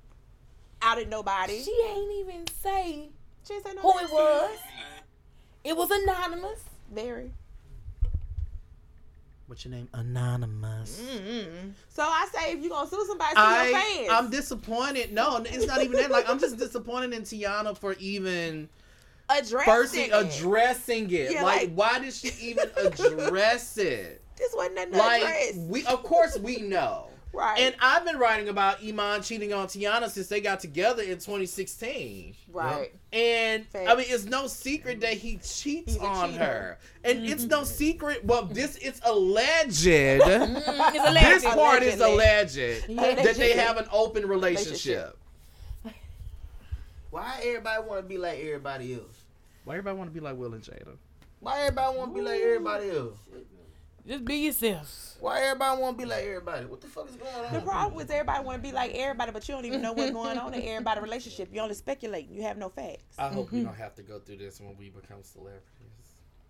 E: outed nobody.
A: She ain't even say
E: She ain't say no
A: who
E: name.
A: it was. It was anonymous.
E: Very.
H: What's your name? Anonymous.
D: Mm.
E: So I say if you gonna sue somebody, sue your
D: I
E: fans.
D: I'm disappointed. No, it's not even that. Like I'm just disappointed in Tiana for even
E: address
D: firstly
E: it.
D: addressing it.
E: Yeah,
D: like
E: like-
D: why did she even address it?
E: this wasn't nothing
D: like
E: addressed.
D: we of course we know
E: right.
D: and i've been writing about iman cheating on tiana since they got together in 2016
E: right.
D: and i
E: Facts.
D: mean it's no secret that he cheats
E: He's a
D: on
E: cheater.
D: her and
A: Mm-hmm.
D: it's no secret well this it's alleged
A: Mm, it's
D: this
A: alleged.
D: part is alleged that
E: Allegedly.
D: they have an open relationship
F: Why everybody want to be like everybody else?
D: why everybody want to be like will and jada
F: Why everybody want to be like everybody else?
A: Just be yourself.
F: Why everybody want to be like everybody? What the fuck is going
E: The
F: on?
E: problem with everybody want to be like everybody, but you don't even know what's going on in everybody's relationship. You only speculating. You have no facts.
D: i hope we don't have to go through this when we become celebrities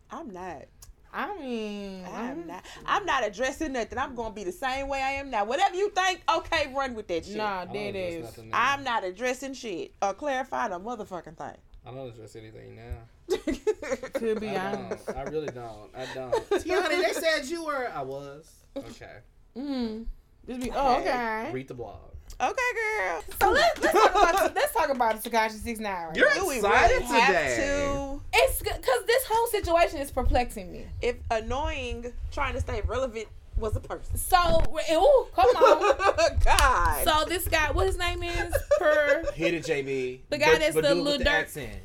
E: I'm not.
A: I mean,
E: I'm not. I'm not addressing nothing. I'm gonna be the same way I am now. Whatever you think, okay, run with that shit.
A: Nah, that is.
E: I'm not addressing shit or clarifying a motherfucking thing.
D: i don't address anything now
A: To be
D: I
A: honest,
D: don't. I really don't. I don't. Tiana, they said you were. I was. Okay.
A: mm. Just be. Oh, okay.
D: Read the blog.
E: okay, girl.
A: So let's, let's talk about let's talk about Takashi Six Nine.
D: You're
E: Do we
D: excited
E: really
D: today.
E: have to?
A: It's because this whole situation is perplexing me.
E: If annoying, trying to stay relevant was a person.
A: So, ooh, come on.
E: God.
A: So this guy, what his name is? Per
D: Hit it, JB.
A: The guy that's the
D: do it with
A: Lil Durk.
D: accent.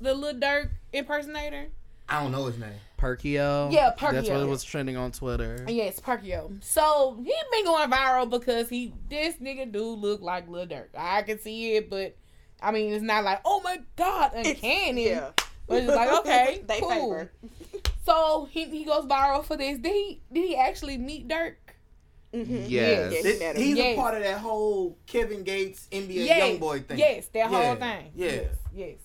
A: the Lil Durk impersonator.
F: I don't know his name.
H: Perkio.
A: Yeah,
H: Oh, That's
A: Perkio.
H: what was trending on Twitter.
A: Yes, Parkio. So he been going viral because he this nigga do look like Lil Durk. I can see it, but I mean it's not like oh my god uncanny.
E: Yeah.
A: But it's like okay,
E: They
A: cool.
E: favor.
A: So he, he goes viral for this. Did he did he actually meet Dirk?
E: Mm-hmm.
H: Yes.
E: Yeah,
F: This-
E: he met him.
F: he's
A: Yes.
F: a part of that whole Kevin Gates NBA
A: Yes,
F: young boy thing.
A: Yes, that
F: Yeah,
A: whole thing.
F: yeah.
A: Yes. yes.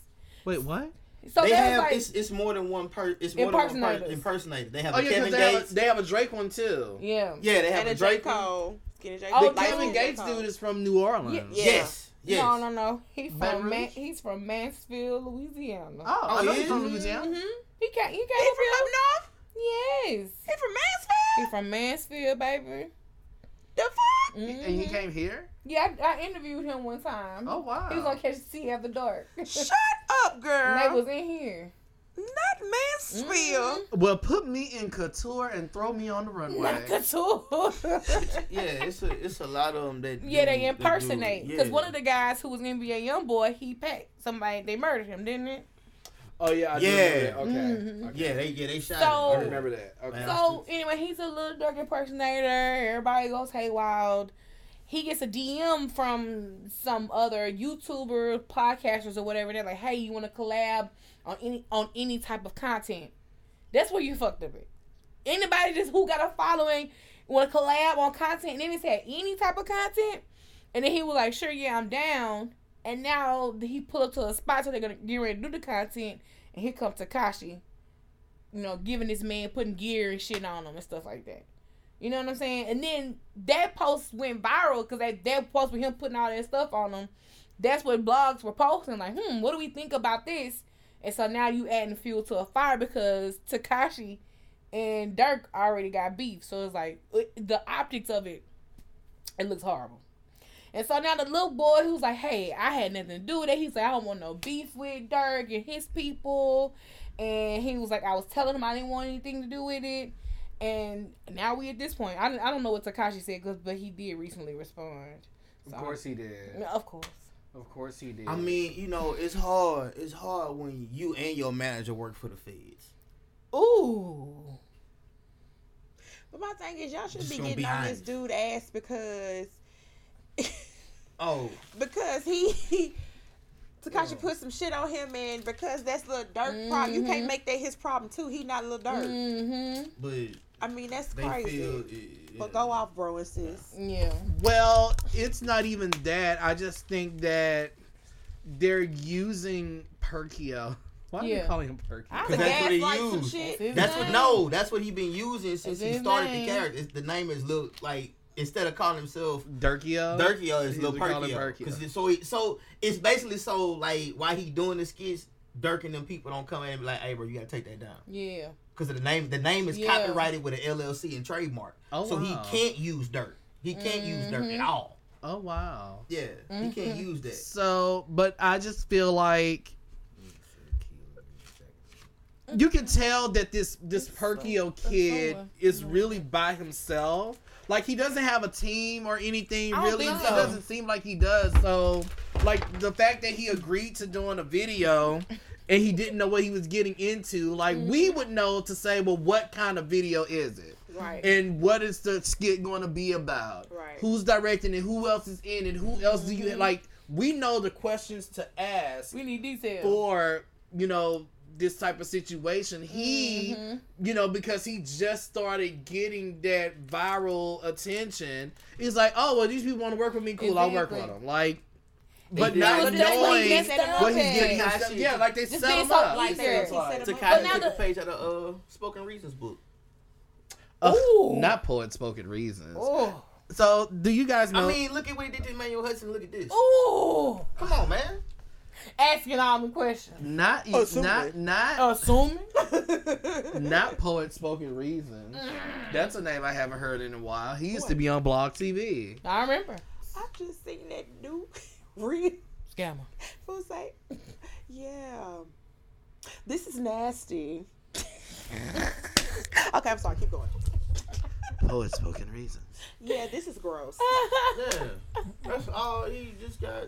H: Wait, what?
A: So
F: they
A: that was
F: have
A: like
F: it's, it's more than one person. It's more than one
A: Impersonators.
F: person impersonator. They have
D: Oh
F: a
D: yeah, 'cause
F: Kevin
D: they have,
F: Gates.
D: a, they have a Drake one too.
A: yeah.
F: yeah, they have
E: And
F: a
E: a J.
F: Drake. one.
E: Cole. Skinny J.
A: Oh,
E: Cole.
D: The
A: Like
D: Kevin
A: J.
D: Gates
E: Cole.
D: dude is from New Orleans.
A: Yeah, yeah.
F: Yes, yes.
A: No, no, no. He's
H: Baton
A: from Man,
H: Rouge?
A: he's from Mansfield, Louisiana.
H: Oh, I
F: Oh,
H: know
F: yeah?
H: you're from Louisiana.
A: Mm-hmm. He can't. He
E: He
A: can't.
E: from up north?
A: Yes.
E: He from
A: He
E: Mansfield?
A: from Mansfield, baby.
E: The fuck?
H: And you
A: Mhm.
H: came here?
A: Yeah, I, I interviewed him one time.
H: Oh wow.
A: He was on Catch the Sea After Dark. and
E: Shut up, girl.
A: they was in here.
E: Not Mansfield.
H: Well, put me in couture and throw me on the runway.
A: Not couture.
F: Yeah, it's a it's a lot of them that
A: yeah,
F: do-
A: they
F: that do-
A: impersonate. Because
F: yeah.
A: one of the guys who was NBA young boy, he packed somebody. They murdered him, didn't it?
D: Oh yeah, I do
F: Yeah.
D: remember that. Okay.
E: Mm-hmm.
A: Mhm.
D: okay.
F: yeah they yeah they shot.
A: So-
F: it.
D: I remember that. Okay.
F: Man,
A: So anyway, he's a little dark impersonator. Everybody goes hey wild. He gets a DM from some other YouTuber, podcasters, or whatever. They're like, "Hey, you want to collab on any on any type of content?" That's where you fucked up. It. Anybody just who got a following want to collab on content, and then he said any type of content, and then he was like, "Sure, yeah, I'm down." And now he pull up to a spot, so they're gonna get ready to do the content, and here comes Takashi you know, giving this man putting gear and shit on him and stuff like that. You know what I'm saying? And then that post went viral because that, that post with him putting all that stuff on him, that's what blogs were posting. Like, hmm, what do we think about this? And so now you adding fuel to a fire because Takashi and Dirk already got beef. So it's like it- the optics of it, it looks horrible. And so now the little boy who's like, hey, I had nothing to do with it. He's like, I don't want no beef with Dirk and his people and he was like, I was telling him I didn't want anything to do with it, and now we at this point. I, don't- I don't know what Takashi said, 'cause- but he did recently respond.
D: Of course he did.
A: No, Of course.
D: Of course he did.
F: I mean, you know, it's hard. It's hard when you and your manager work for the feds.
A: Ooh.
E: But my thing is, y'all should
F: Just
E: be
F: gonna
E: getting
F: be
E: on
F: honest.
E: this dude ass because
F: Oh,
E: because he, he Takashi put some shit on him, and because that's little dirt problem, you can't make that his problem too. He not little dirt.
A: Mm-hmm.
F: but
E: I mean, that's
F: they
E: crazy.
F: feel. It,
E: But go off, bro, and sis.
A: Yeah.
D: Well, it's not even that. I just think that they're using Perkio. Why are you
A: Yeah.
D: calling him Perkio?
A: I
F: Cause
A: was
F: that's what he
E: Gaslight some
F: used.
E: shit.
A: his
F: That's what
A: name.
F: no. That's what he been using since he
A: his
F: started
A: name.
F: the character. It's, the name is little like instead of calling himself
D: Durkio.
F: Durkio is
D: He's
F: Lil
D: called him
F: Perkio.
D: Perkio.
F: 'Cause it's- so he, so it's basically so like why he doing the skits. Dirk and them people don't come in and be like, "Hey, bro, you gotta take that down."
A: Yeah.
F: Because the name, the name is
A: Yeah.
F: copyrighted with an LLC and trademark,
D: Oh,
F: so
D: wow.
F: he can't use Dirk. He can't use Dirk
A: Mm-hmm.
F: at all.
H: Oh wow.
F: Yeah, he can't use that.
H: So, but I just feel like you can tell that this this Perkio kid
A: somewhere.
H: is really by himself. Like he doesn't have a team or anything.
A: I don't
H: Really,
A: think
H: it
A: so.
H: doesn't seem like he does. So, like the fact that he agreed to doing a video. And he didn't know what he was getting into. Like we
E: Mm-hmm.
H: would know to say, well, what kind of video is it?
E: Right.
H: and what is the skit going to be about?
E: Right. Mm-hmm.
H: Who's directing it? Who else is in it? Who else do you like? We know the questions to ask
A: We need details.
H: for you know this type of situation. He, you know, because he just started getting that viral attention. He's like, oh well, these people want to work with me. Cool, I'll work on
A: Exactly.
H: them. Like, but
F: did.
H: not
A: But that's what he
H: knowing
A: messed up
H: what he's
A: at.
H: getting.
F: I
H: himself-
F: see.
H: Yeah, like they
A: Just
H: set
A: being
H: him
A: so
H: up.
A: like
E: Set him
A: that.
E: up.
A: But
F: Takashi
A: now
F: took a
A: the-
F: page out of uh, Spoken Reasons book.
H: Ugh,
A: Ooh.
H: Not poet spoken reasons.
A: Ooh.
H: So, do you guys know?
F: I mean, look at what he did to Emmanuel Hudson. Look at this.
A: Ooh.
F: Come on, man.
A: Asking all the questions.
H: not not not
A: Assuming. Oh.
H: not poet spoken reasons.
A: Mm.
H: That's a name I haven't heard in a while. He used to be on Blog TV.
A: I remember.
E: I just seen that dude real
A: Scammer.
E: who's like, yeah, this is nasty. okay, I'm sorry. Keep going.
H: Poet spoken reasons.
E: Yeah, this is gross.
F: Yeah, that's all. He just got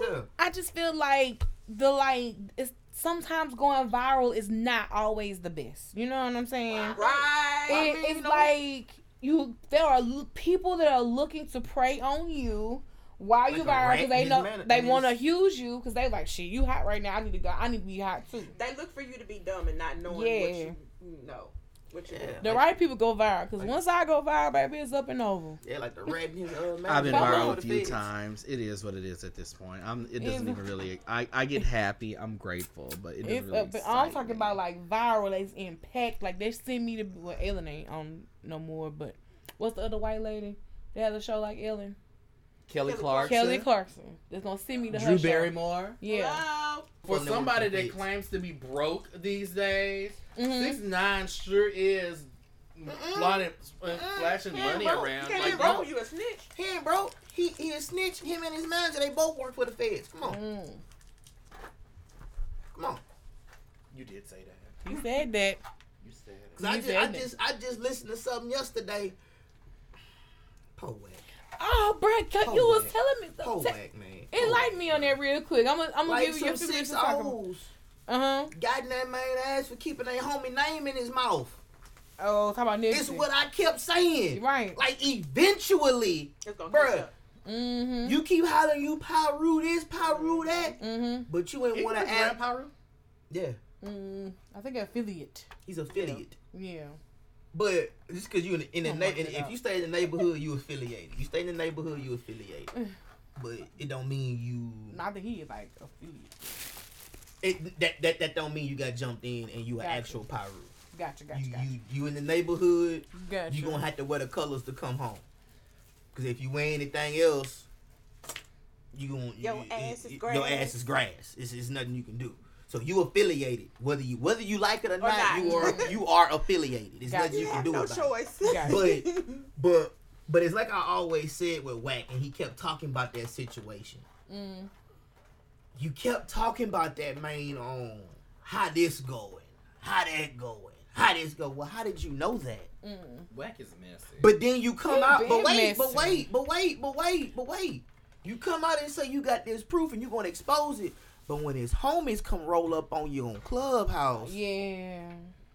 F: Yeah.
A: I just feel like the like it's sometimes going viral is not always the best. You know what I'm saying?
F: Right.
A: It-
F: I mean, you
A: it's
F: know-
A: like you there are l- people that are looking to prey on you while you
F: Like a
A: viral
F: rat
A: because
F: in
A: they
F: his
A: know
F: man-
A: they
F: in
A: want to
F: his-
A: use you because they like shit. You hot right now. I need to go. I need to be hot too.
E: They look for you to be dumb and not knowing what
A: Yeah.
E: you you know. What you
F: Yeah.
E: yeah.
A: The right people go viral because once I go viral, baby, it's up and over.
F: Yeah, like the red in his uh, mouth.
D: I've been
A: Come
D: viral
A: on.
D: a few times. It is what it is at this point. I'm. It doesn't
A: It's-
D: even really. I, I get happy. I'm grateful, but it doesn't
A: It's
D: really.
A: up, uh, but I'm
D: excite
A: talking
D: me.
A: about like viral. It's impact. Like they send me to well, Ellen ain't on no more. But what's the other white lady that has a show like Ellen?
D: Kelly
E: Kelly
D: Clarkson,
A: Kelly Clarkson. That's gonna send me to her
D: Drew
A: show.
D: Barrymore.
A: Yeah.
D: For
F: Well, no,
D: somebody
F: it
D: that
F: is.
D: claims to be broke these days,
A: Mhm.
D: six nine sure is flaunting, flashing money
F: bro.
D: around.
F: Yeah,
E: Like,
D: Like,
F: bro.
E: bro, you a snitch.
F: He ain't broke. He he a snitch. Him and his manager, they both work for the feds. Come on,
A: Mm.
F: come on.
D: you did say that.
A: You said that.
D: You said it.
F: Cause I
A: You
F: just I
A: said that.
F: just I just listened to something yesterday. Poet,
A: Oh, Brad, you
F: Oh,
A: was
F: man.
A: telling me.
F: poet,
A: Te-
F: man.
A: enlighten me on that real quick. I'm gonna I'm gonna
F: Like
A: give you your
F: some
A: few minutes
F: six
A: to talk about.
F: O's
A: Uh huh.
F: got in that man ass for keeping their homie name in his mouth.
A: Oh, talk about
F: It's
A: this.
F: what I kept saying.
A: Right.
F: Like eventually,
E: It's gonna catch
F: bruh,
E: up.
A: Mm
F: you keep hollering you Pyru this, Pyru that,
A: hmm. Mm
F: but you ain't
D: Isn't
F: want to
D: this
F: add.
D: Grandpa Ru?
F: Yeah,
A: hmm. Mm, I think affiliate.
F: he's affiliate.
A: Yeah.
F: But just because you in the, in the
A: Don't
F: na-
A: work it
F: if
A: out.
F: you stay in the neighborhood, you affiliated. You stay in the neighborhood, you affiliated. But it don't mean you.
A: Not that he is like affiliate.
F: It, that that that don't mean you got jumped in and you an
A: Gotcha.
F: actual Pyru.
A: Gotcha, gotcha,
F: You,
A: gotcha.
F: you you in the neighborhood.
A: gotcha.
F: You gonna have to wear the colors to come home. Cause if you wear anything else, you gonna
E: Your
F: you-
E: ass
F: you-
E: is
F: Your
E: grass.
F: ass is grass. It's, it's nothing you can do. So you affiliated, whether you whether you like it or, not,
E: not.
F: you are you are affiliated. It's
A: Gotcha.
F: nothing
E: You
F: you, can
E: have
F: do
E: no
F: about it.
E: choice.
A: Got
F: But but but it's like I always said with Wack, and he kept talking about that situation.
A: Mm.
F: You kept talking about that man on how this going, how that going, how this go. Well, how did you know that?
A: Mm.
D: Whack is messy.
F: But then you come
A: You
F: out, but
A: been
F: wait, but
A: messing.
F: wait, but wait, but wait, but wait. You come out and say you got this proof and you gonna expose it. But when his homies come roll up on you on Clubhouse,
A: Yeah.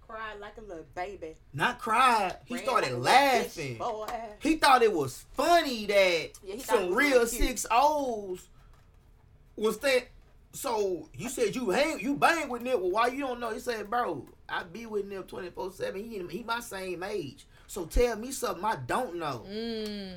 E: Cried like a little baby.
F: not cry, he
E: Ran
F: started
E: like a little bitch,
F: laughing.
E: Boy.
F: He thought it was funny that
E: Yeah, he thought it
F: some
E: was
F: real
E: really cute.
F: six O's was that. So you said you hang, you bang with Nip. Well, why you don't know? He said, "Bro, I be with Nip twenty four seven. He he my same age. So tell me something I don't know."
A: Mm.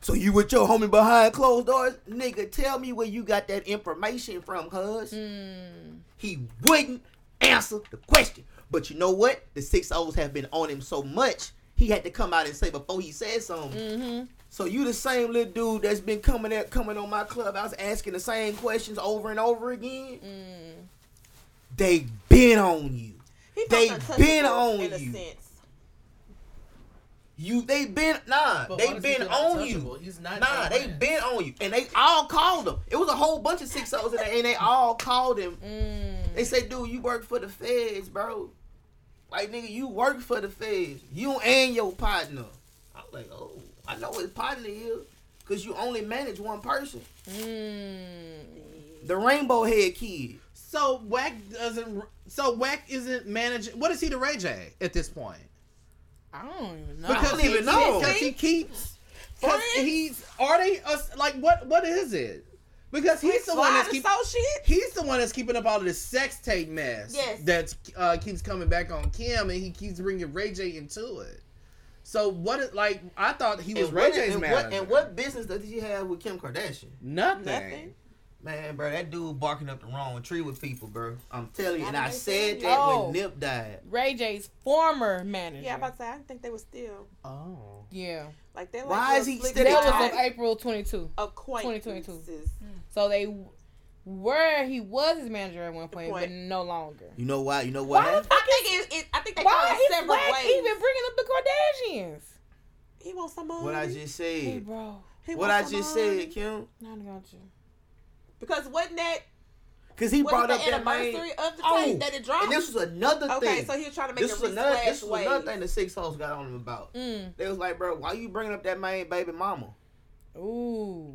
F: So you with your homie behind closed doors? Nigga, tell me where you got that information from, cuz.
A: Mm.
F: He wouldn't answer the question. But you know what? The six O's have been on him so much, he had to come out and say before he said something.
A: Mm-hmm.
F: So you the same little dude that's been coming at coming on my club. I was asking the same questions over and over again.
A: Mm.
F: They been on you.
E: He felt
F: They
E: untouchable
F: been on
E: in a
F: you.
E: sense.
F: You they been nah,
D: But why does
F: they
D: he
F: been
D: feel
F: on
D: untouchable?
F: you.
D: He's not
F: Nah,
D: your
F: they
D: man.
F: been on you, and they all called him. It was a whole bunch of six O's, and they, and they all called him.
A: Mm.
F: They say, "Dude, you work for the feds, bro. Like, nigga, you work for the feds. You and your partner." I'm like, "Oh, I know his partner is, cause you only manage one person,
A: Mm.
F: the rainbow head kid."
D: So Wack doesn't. So Wack isn't managing. What is he to Ray J at this point?
A: I don't even know.
D: Because
F: don't
D: he
F: even
D: keeps-
F: know.
D: Because he keeps. Because he's are they us like what? What is it? Because he's the one that's keep,
E: associate.
D: he's the one that's keeping up all of this sex tape mess.
E: Yes.
D: That uh, keeps coming back on Kim, and he keeps bringing Ray J into it. So what? Is, like I thought he was
F: And
D: Ray
F: what-
D: J's
F: and
D: manager.
F: what, and what business does he have with Kim Kardashian?
D: Nothing.
E: Nothing.
F: Man, bro, that dude barking up the wrong tree with people, bro. I'm telling you, and I
E: Gotta make
F: said
E: sense.
F: that
A: Oh.
F: when Nip died.
A: Ray J's former manager.
E: Yeah, I'm about to say, I didn't think they were still.
D: Oh.
A: yeah.
E: Like, they're like
F: Why
E: little
F: is he
E: slick
F: still
E: guys.
A: That was
F: talking?
A: in April 22.
E: acquaintances.
A: So they were he was his manager at one point,
E: Good point.
A: but no longer.
F: You know why? You know what?
A: Why
F: happened?
E: I think it, it. I think they call
A: Why
E: it
A: is
E: several
A: Black
E: ways.
A: even bringing up the Kardashians?
E: he wants some money.
F: What I just
A: Hey,
F: said.
A: bro,
E: He
F: What I
E: wants some
F: just
E: money.
F: said, Kim.
A: not about you.
E: Because wasn't that
F: Cause he
E: wasn't
F: brought
E: the
F: up that man.
E: anniversary of the
F: Oh,
E: tape that it dropped?
F: And this was another
E: okay,
F: thing.
E: so he was trying to make
F: this
E: it
F: was another. This
E: reslash
F: was
E: way.
F: another thing the six hoes got on him about.
A: Mm.
F: They was like, bro, why you bringing up that man baby mama?
A: Ooh.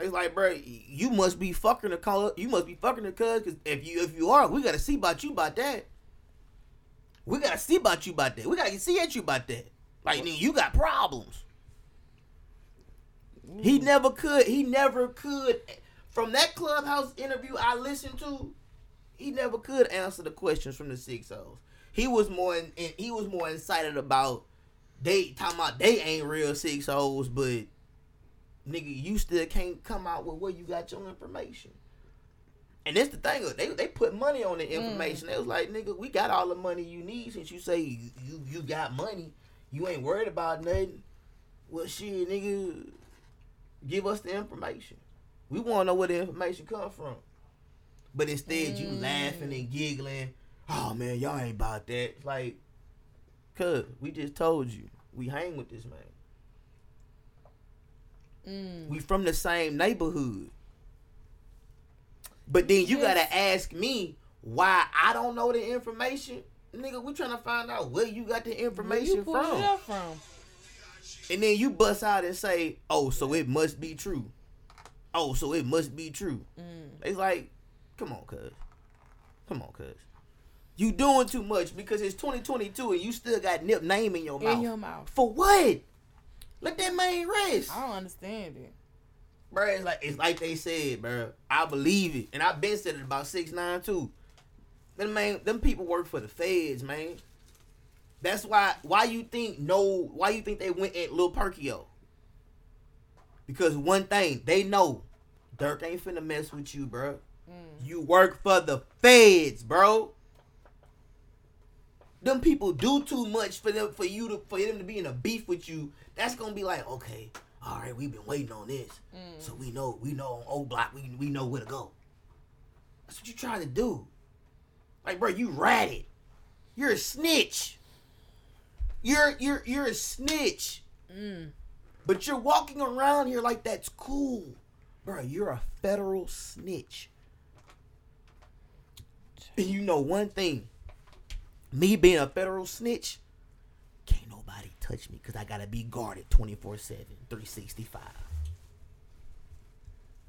F: It's like, bro, you must be fucking the color. You must be fucking the cuz. Cause if you if you are, we gotta see about you about that. We gotta see about you about that. We gotta see at you about that. Like, nigga, you got problems. He never could. He never could. From that clubhouse interview I listened to, he never could answer the questions from the six O's. He was more in, in- he was more excited about they talking about they ain't real six O's, but nigga, you still can't come out with where you got your information. And that's the thing. They they put money on the information. They was like, nigga, we got all the money you need since you say you, you you got money. You ain't worried about nothing. Well, shit, nigga, give us the information. We want to know where the information come from. But instead, you laughing and giggling. Oh man, y'all ain't about that. It's Like, cuz we just told you we hang with this man. We from the same neighborhood. But then you gotta ask me why I don't know the information. Nigga, we trying to find out where you got the
A: Where
F: information
A: you pulled
F: from.
A: it up from?
F: And then you bust out and say, "Oh, so it must be true." Oh, so it must be true.
A: Mm.
F: It's like, come on, cuz. Come on, cuz. You doing too much because it's 2022 and you still got Nip name in your mouth.
A: In your mouth.
F: For what? Let that man rest.
A: I don't understand it.
F: Bruh, it's like it's like they said, bruh. I believe it, and I've been said it about six nine too. Them man, them people work for the feds, man. That's why why you think no why you think they went at Lil Perkio? Because one thing they know, Dirk ain't finna mess with you, bruh. You work for the feds, bro. Them people do too much for them for you to for them to be in a beef with you. That's gonna be like, okay, all right, we've been waiting on this, so we know we know on O Block we we know where to go. That's what you trying to do, like, bro. You ratted. You're a snitch. You're you're you're a snitch.
A: Mm.
F: But you're walking around here like that's cool, bro. You're a federal snitch. And you know one thing. Me being a federal snitch, can't nobody touch me because I gotta be guarded 24 7, 365.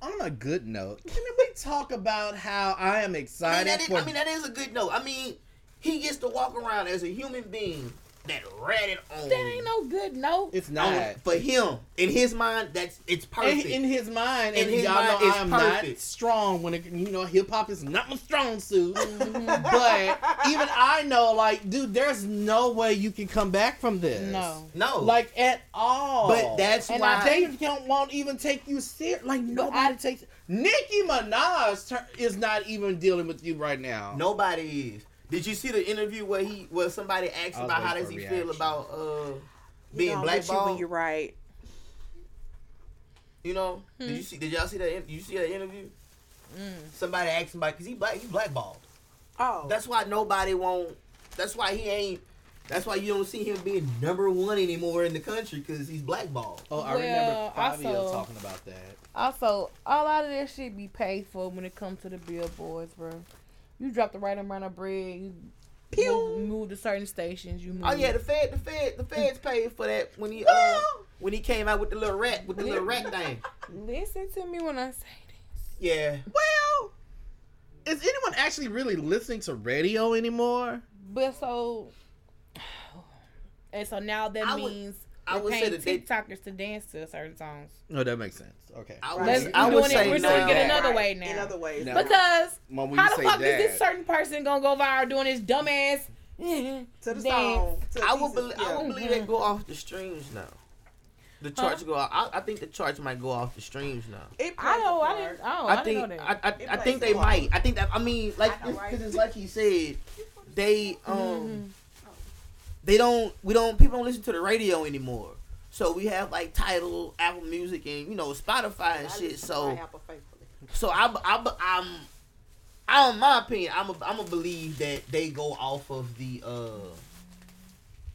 D: On a good note, can we talk about how I am
F: I mean,
D: excited
F: that is,
D: for
F: I mean, that is a good note. I mean, he gets to walk around as a human being that ratted on.
A: That ain't no good note.
D: it's
F: on-
D: not
F: For him, in his mind, that's it's
D: in,
F: perfect.
D: in his mind,
F: In
D: and
F: his
D: y'all
F: mind,
D: know
F: it's
D: I'm not
F: perfect.
D: strong when it, you know hip hop is not my strong suit. but
F: Mm-hmm.
D: even I know, like, dude, there's no way you can come back from this.
A: No.
F: no, like,
D: like at all.
F: but that's
A: And
F: why.
A: I
D: they don't won't even take you serious. Like nobody takes. Nicki Minaj tur- is not even dealing with you right now.
F: Nobody is. Did you see the interview where he where somebody asked
D: I was
F: about how
D: waiting
F: does he
D: for a
F: feel
D: reaction.
F: about uh
E: You
F: being
E: know, with you
F: blackballed?
E: when
F: You,
E: you're right.
F: know?
E: Hmm.
F: Did you see? Did y'all see that? in- You see that interview?
E: Mm.
F: Somebody asked him about because he black. He blackballed.
E: Oh,
F: That's why nobody won't. That's why he ain't. That's why you don't see him being number one anymore in the country because he's blackballed.
D: Oh, I
A: Well,
D: remember Fabio
A: also-
D: talking about that.
A: Also, a lot of that shit be paid for when it comes to the billboards, bro. You drop the right amount of bread, you move, move to certain stations, you move.
F: Oh yeah, the Fed, the Fed, the Feds paid for that when he uh when he came out with the little rat with the little rat thing.
A: Listen to me when I say this.
F: Yeah,
D: Well, is anyone actually really listening to radio anymore?
A: But so, and so now that
F: I would-
A: means
F: I
A: we're
F: would say
A: paying
F: that they-
A: TikTokers to dance to certain songs.
F: Oh,
D: No, that makes sense. Okay.
F: I
A: Let's-
F: was.
A: we're
F: I
A: doing
F: would
A: it-
F: say
A: we're doing
F: now,
A: it another way now.
E: In other ways.
D: No.
A: Because
D: Mom, when
A: how
D: you
A: the
D: say
A: fuck
D: that,
A: is this certain person gonna go viral doing this dumbass? Mm-hmm.
E: To the
A: dance?
E: song. To the
F: I would
E: pieces,
F: believe. I
A: Oh,
F: would believe they go off the streams now. The charts go. Off, I, I think the charts might go off the streams now.
E: yeah. It
A: I
E: plays
A: know,
E: a
A: I
E: part.
A: didn't, I, don't,
F: I,
A: Oh, I didn't
F: think.
A: know that.
F: I, I, I
E: plays
F: think
E: a
F: they
E: part.
F: might. I think that. I mean, like,
E: I know, right?
F: because it's like he said, they
A: Mm-hmm.
F: um, they don't. We don't. People don't listen to the radio anymore. So we have like title, Apple Music, and you know Spotify and
E: I
F: shit.
E: listen to
F: So
E: my Apple faithfully.
F: so I, I, I'm, I, in my opinion, I'm, a, I'm gonna believe that they go off of the, uh,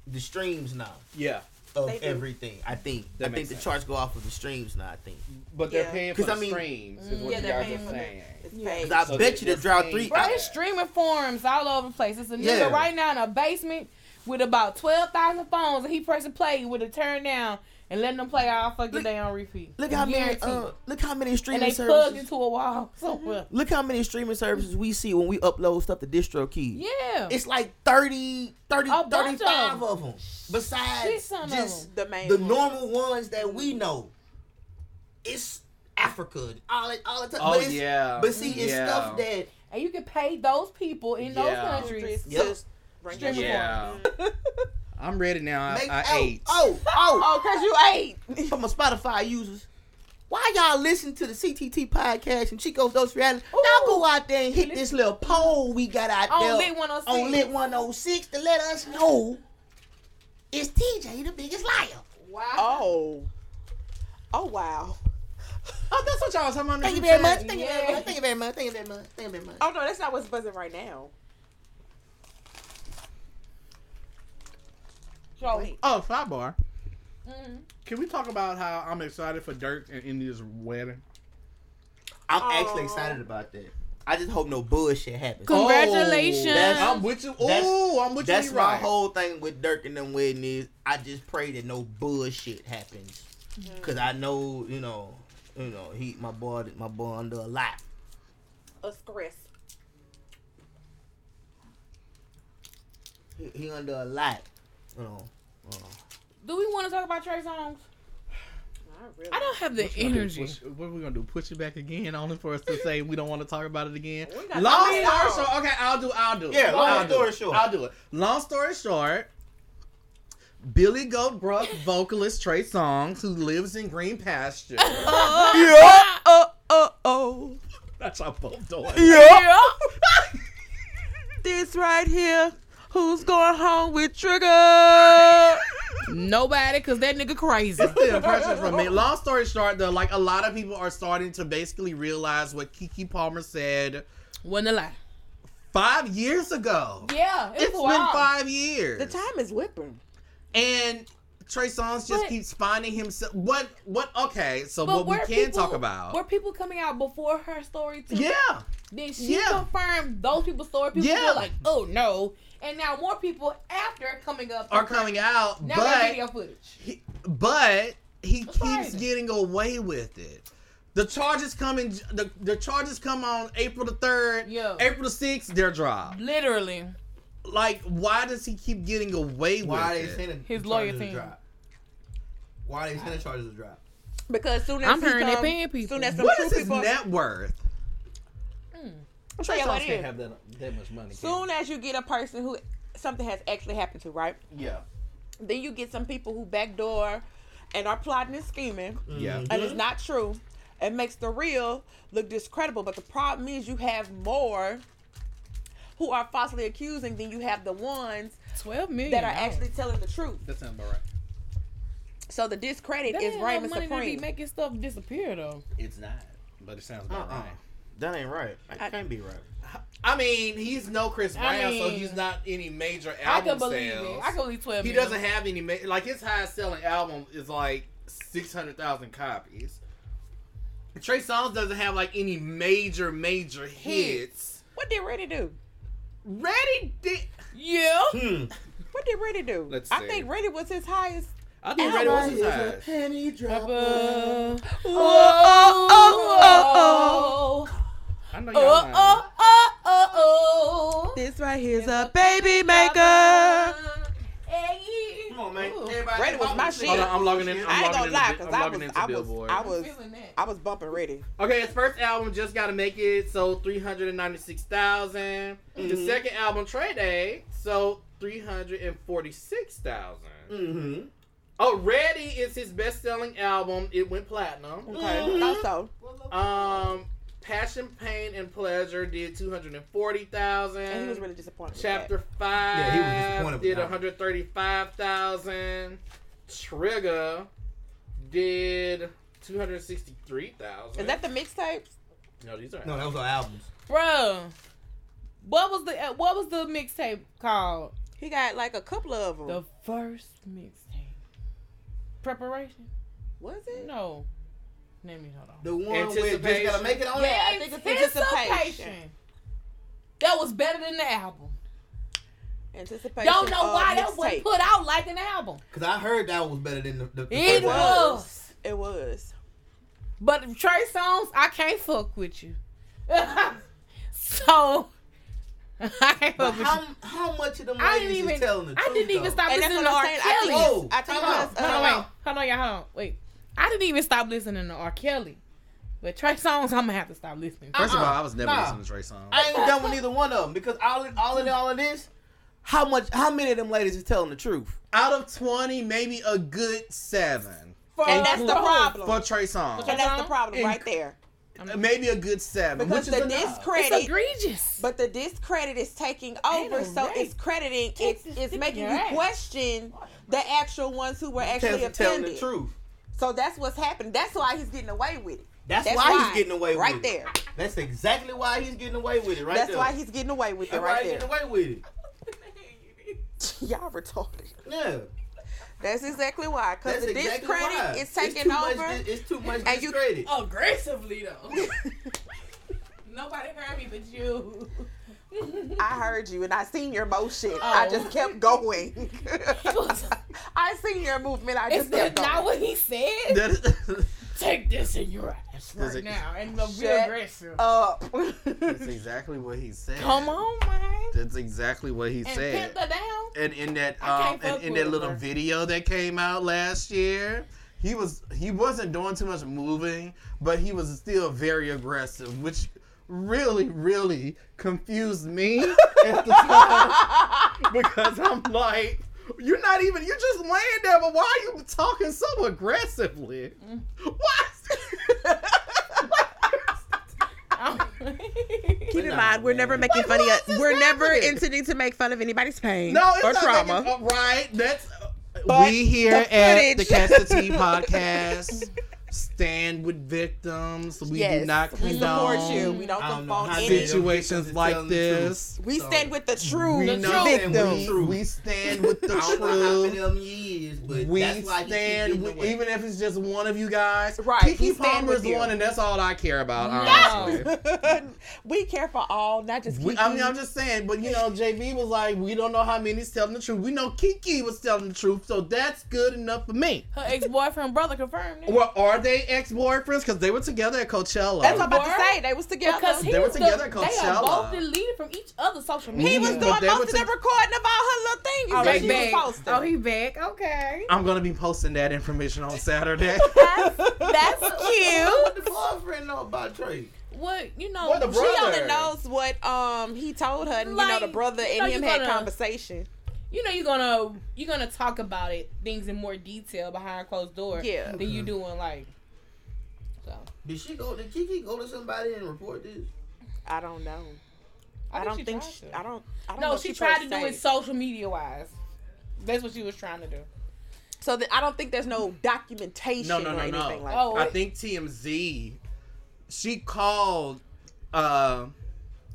F: the streams now
D: yeah,
F: of
E: They do.
F: everything. I think.
D: That
F: I think
D: makes
F: the
D: sense.
F: charts go off of the streams now. I think.
D: but they're
E: Yeah.
D: paying for
F: 'Cause
D: the
F: I mean-
D: streams, is what
E: Yeah,
D: you
E: they're
D: guys
E: paying
D: are
E: for the-
D: saying.
E: It's
A: Yeah.
E: paid.
F: 'Cause I
D: So
F: bet
D: they-
F: you the
D: they're
F: drought
D: paying
F: three.
D: for
A: Bro,
D: Yeah.
A: it's streaming forums all over the place. It's a nigga
F: Yeah.
A: right now in a basement with about 12,000 phones and he pressing play with a turn down and letting them play all fucking day on repeat.
F: Look how many
A: Guaranteed.
F: uh, look how many
A: and
F: streaming
A: they plugged
F: services. Mm-hmm.
A: into a wall somewhere.
F: Look how many streaming services we see when we upload stuff to DistroKid.
A: Yeah,
F: It's like 30, 30
A: A bunch
F: 35
A: of 'em.
F: of them.
A: Shit
F: Besides
A: ton of
F: just
E: The main
F: the
E: one.
F: normal ones that we know. It's Africa. All it, all the time.
D: Oh,
F: but it's,
D: yeah.
F: But see, it's
D: Yeah.
F: stuff that
A: and you can pay those people in
D: Yeah.
A: those countries.
F: Yep.
E: Bring
A: Streaming
E: it.
D: Yeah. I'm ready now. I,
F: make
D: I
F: oh,
D: ate.
F: oh, oh,
E: Oh, cause you ate.
F: from my Spotify users. Why y'all listen to the CTT podcast and Chico's Dose Reality? Y'all go out there and hit this little poll we got out
A: On
F: there
A: Lit 106.
F: on Lit 106 to let us know is TJ the biggest liar?
E: Oh. Oh wow.
D: Oh, that's what y'all was talking about.
F: Thank you very much.
D: Thank
F: Thank you very much. Thank you very much. Thank you very much. Thank you very much.
E: Oh no, that's not what's buzzing right now.
A: So,
D: Oh, sidebar.
E: Mm-hmm.
A: mhm.
D: Can we talk about how I'm excited for Dirk and India's wedding?
F: I'm
E: actually excited
F: about that. I just hope no bullshit happens.
A: Congratulations.
D: Oh, that's- I'm with you. Oh, I'm with you.
F: That's
D: you
F: my whole thing with Dirk and them wedding is I just pray that no bullshit happens,
A: Mm-hmm.
F: cause I know you know you know he my boy my boy under a lot.
E: Us Chris.
F: He, he under a lot, you know. uh,
A: do we want to talk about Trey Songz?
E: Not really.
A: I don't have the
D: Gonna do
A: energy.
D: push- what are we gonna do? Push it back again, only for us to say we don't want to talk about it again.
E: We got
D: Long
E: time.
D: story short, okay, I'll do. I'll do. it.
F: Yeah, long
D: I'll do
F: story
D: it.
F: short.
D: I'll do it. Long story short, Billy Goat Brook vocalist Trey Songz, who lives in Green Pasture. Uh,
E: Yeah. Oh oh oh.
D: That's our both doing.
E: Yeah. this right here. Who's going home with Trigger?
A: Nobody, cause that nigga crazy.
D: the impression from me. Long story short, though, like a lot of people are starting to basically realize what Kiki Palmer said
A: Wasn't a lie.
D: five years ago.
A: Yeah, it
D: It's
A: was
D: been
A: a while.
D: five years.
E: The time is whipping.
D: and Trey Songz just
A: But-
D: keeps finding himself. What? What? Okay, so
A: But
D: what we
A: were
D: can
A: people-
D: talk about?
A: were people coming out before her story too?
D: yeah,
A: Then she
D: Yeah.
A: confirmed those people's story. People
D: Yeah.
A: were like, oh no. And now more people after coming up
D: are coming out,
A: Now that video
D: but
A: footage.
D: he, but he keeps
A: crazy.
D: getting away with it. The charges come in. The, the charges come on April the third.
A: Yeah.
D: April the sixth, they're dropped.
A: Literally.
D: Like, why does he keep getting away
F: Why they
D: with it?
F: sending
A: His
F: charges
A: lawyer
F: to
A: team.
F: drop? Why they sending charges to drop?
E: Because soon as
A: I'm
E: he
A: hearing they
E: come-
A: paying people.
E: Soon as some
D: What
E: true
D: is his
E: people,
D: net worth? Trey
E: Yeah, what
D: Songz
E: it
D: can't
E: is.
D: have that, that much money. can
E: soon as you get a person who something has actually happened to, right?
D: he? Yeah.
E: Then you get some people who backdoor and are plotting and scheming.
D: Yeah.
A: Mm-hmm.
E: and it's not true. It makes the real look discredible. But the problem is you have more who are falsely accusing than you have the ones
A: 12 million.
E: that are actually telling the truth.
D: That sounds about right.
E: So the discredit
A: That
E: is
A: ain't
E: reigning
A: no money to be
E: supreme.
A: making stuff disappear though.
D: It's not, but it sounds about
F: Uh-uh.
D: right.
F: That ain't right. It can't be right.
D: I mean, he's no Chris Brown,
A: I
D: so
A: mean,
D: he's not any major
A: I can
D: album
A: believe
D: sales.
A: it. I can believe 12
D: he
A: million.
D: doesn't have any ma- like his highest selling album is like six hundred thousand copies. Trey Songz doesn't have like any major major hits.
E: What did Reddy do?
D: Ready? Di-
A: Yeah.
E: What did Reddy do?
D: Hmm. Let's
E: I
D: see.
E: think Reddy was his highest.
D: I think Ready was his highest.
F: penny drop.
A: oh, oh,
E: oh,
D: I know
A: oh,
D: y'all. lying.
A: oh, oh, oh, oh.
E: This right here's a baby maker.
A: Hey.
F: Come on, man.
A: Ooh.
F: Everybody
E: Reddy was
F: I'm
E: my
F: listening.
E: shit.
D: Hold on, I'm logging in. I'm
E: I ain't
D: logging
E: gonna lie,
D: into,
E: cause
D: I'm
E: I
D: logging
E: was,
D: into
E: I was,
D: Billboard.
E: I was,
A: Feeling that.
E: I was bumping Reddy.
D: Okay, his first album just gotta make it, so three hundred and ninety-six thousand. The second album, Trade Day, so three hundred and forty-six thousand.
F: Mm-hmm.
D: Oh, Ready is his best-selling album. It went platinum.
E: Okay, also,
F: Mm-hmm.
D: Um, Passion, Pain, and Pleasure did two hundred and forty
E: and
H: Mm-hmm.
E: he was
D: thousand.
E: really disappointed. with that.
D: Chapter Five
F: Yeah, he was disappointed with
D: did
F: that
D: one
F: one.
D: hundred thirty-five thousand. Trigger did two hundred sixty-three thousand.
E: Is that the mixtapes?
D: no? These are
F: No, that was our albums.
A: Bruh. What was the uh, what was the mixtape called?
E: He got like a couple of them.
A: The first mixtape. Preparation?
E: was it?
A: No. Name me, hold on.
F: The one with just
D: Anticipation.
F: gotta make it on
E: Yeah,
F: it.
E: I think it's anticipation.
A: That was better than the album.
E: Anticipation.
A: Don't know
E: of
A: why that was
E: mixtape.
A: put out like an album.
F: Cause I heard that one was better than the, the, the
A: It
F: first one.
A: was.
E: It was.
A: But Trey Songz, I can't fuck with you. so I can't
F: But
A: fuck with you.
F: how, how much of them
A: I didn't
F: ladies
A: even.
F: is telling the
A: I
F: truth?
A: didn't even
F: though?
A: stop
E: And that's
A: listening
E: what
A: to R.
E: I'm saying. I
A: Kelly.
E: think it's-
F: Oh,
E: I think
F: time out.
E: that's.
A: Hold on,
E: uh,
A: wait. Hold on, y'all. Hold on. Wait. I didn't even stop listening to R. Kelly. But Trey Songs, I'm gonna have to stop listening.
D: First of
F: Uh-uh.
D: all, I was never
F: Nah.
D: listening to Trey Songz.
F: I ain't done with neither one of them because all all in all of this, how much how many of them ladies is telling the truth?
D: Out of twenty, maybe a good seven
E: And that's the problem.
D: for Trey Songz.
E: And that's the problem
D: In-
E: right there.
D: Maybe a good seven,
E: Because
D: which
E: the
D: is enough.
A: It's
E: discredit
A: egregious.
E: But the discredit is taking
A: Ain't no
E: over, so
A: right.
E: it's crediting,
A: Kick
E: it's
A: the
E: it's
A: stick
E: making
A: in
E: you
A: your ass.
E: question the actual ones who were actually
F: Telling, telling the
E: offended.
F: truth.
E: So that's what's happening. That's why he's getting away with it.
F: That's,
E: That's
F: why,
E: why.
F: he's getting away
E: Right
F: with it.
E: there.
F: That's exactly why he's getting away with it right
E: that's
F: there.
E: why he's getting away with it
F: That's why
E: right
F: he's
E: there.
F: getting away with it.
E: Y'all retarded.
F: Yeah.
E: That's exactly why. Because
F: That's
E: the
F: exactly
E: discredit
F: why.
E: is
F: it's
E: taking
F: too
E: over.
F: Much, it's too much
E: And you- Oh.
F: discredit.
A: Oh, Aggressively though. Nobody heard me but you.
E: I heard you and I seen your motion. I
A: Oh.
E: just kept going. I seen your movement. I
A: Is
E: just
A: that
E: kept
A: not
E: going.
A: what he said?
D: That is-
A: Take this in your ass right
D: Does it-
A: now and be
E: Shut
A: aggressive.
E: Up.
D: That's exactly what he said.
A: Come on, man.
D: That's exactly what he
A: And
D: said.
A: pimp her down.
D: and in that
A: I
D: um,
A: can't
D: and
A: fuck
D: in
A: with
D: that little
A: her.
D: video that came out last year, he was he wasn't doing too much moving, but he was still very aggressive, which really really confused me at the time because I'm like. You're not even. You're just laying there, but why are you talking so aggressively?
A: Mm.
D: What?
E: Keep in
D: Nah,
E: mind, we're never
D: man.
E: making
D: Like,
E: fun of.
D: what else is
E: We're never
D: happening?
E: intending to make fun of anybody's pain
D: No, it's
E: or
D: not
E: trauma.
D: making- uh, right. That's uh,
E: But
D: we here
E: the
D: at the
E: footage.
D: Catch the Tea podcast stand with victims. We do
E: Yes,
D: not
E: we
D: condone
E: support you. We don't
F: I don't know
E: condone
F: how
E: any.
F: did you-
D: situations
F: Telling
D: like
F: the
D: this.
E: We
F: So,
E: stand with the true
D: We know
E: victim.
F: stand
D: that
F: with the
D: we,
F: truth.
D: we stand with the
F: I don't know how many
D: truth.
F: of them he is, but
D: We
F: that's why he
D: stand,
F: keep
D: with,
F: getting away.
D: even if it's just one of you guys.
E: Right, we
D: Kiki
E: stand
D: Palmer
E: with
D: is
E: you.
D: one, and that's all I care about, honestly.
E: we care for all, not just.
D: We,
E: Kiki.
D: I mean, I'm just saying, but you know, JV was like, we don't know how many's telling the truth. We know Kiki was telling the truth, so that's good enough for me.
A: Her ex-boyfriend brother confirmed it.
D: Well, are they ex boyfriends? Because they were together at Coachella.
E: That's what I'm about to
A: Word?
E: say. They was together.
A: because he
D: They were
A: was
D: together at
A: the, they are
D: Coachella.
A: both deleted from each other's social media.
E: he was
D: Yeah.
E: doing
D: But they
E: most
D: were
E: of
D: to-
E: the recording of all her little
A: Oh,
E: things that
A: they
E: she
A: back.
E: was posting.
A: Oh, he back. Okay.
D: I'm gonna be posting that information on Saturday.
A: That's
F: What
A: cute.
F: the boyfriend know about Trey?
A: What you know?
D: What the
E: she only
D: brother.
E: knows what um he told her, and you know
A: Like,
E: the brother
A: you
E: and
A: know
E: him
A: you
E: had
A: gonna-
E: conversation.
A: you know you're gonna you're gonna talk about it things in more detail behind closed door.
E: Yeah.
A: Than
D: Mm-hmm.
A: you doing like. So
F: Did she go? Did Kiki go to somebody and report this?
E: I don't know. I, don't
A: she
E: think
A: tried
E: she,
A: to.
E: I don't. I don't know
A: No,
E: if
A: she
E: tried
A: tried to do it social media wise. That's what she was trying to do.
E: So that I don't think there's no documentation
D: No, no, no,
E: or
D: no.
E: anything like
A: Oh,
D: I think TMZ. She called, uh,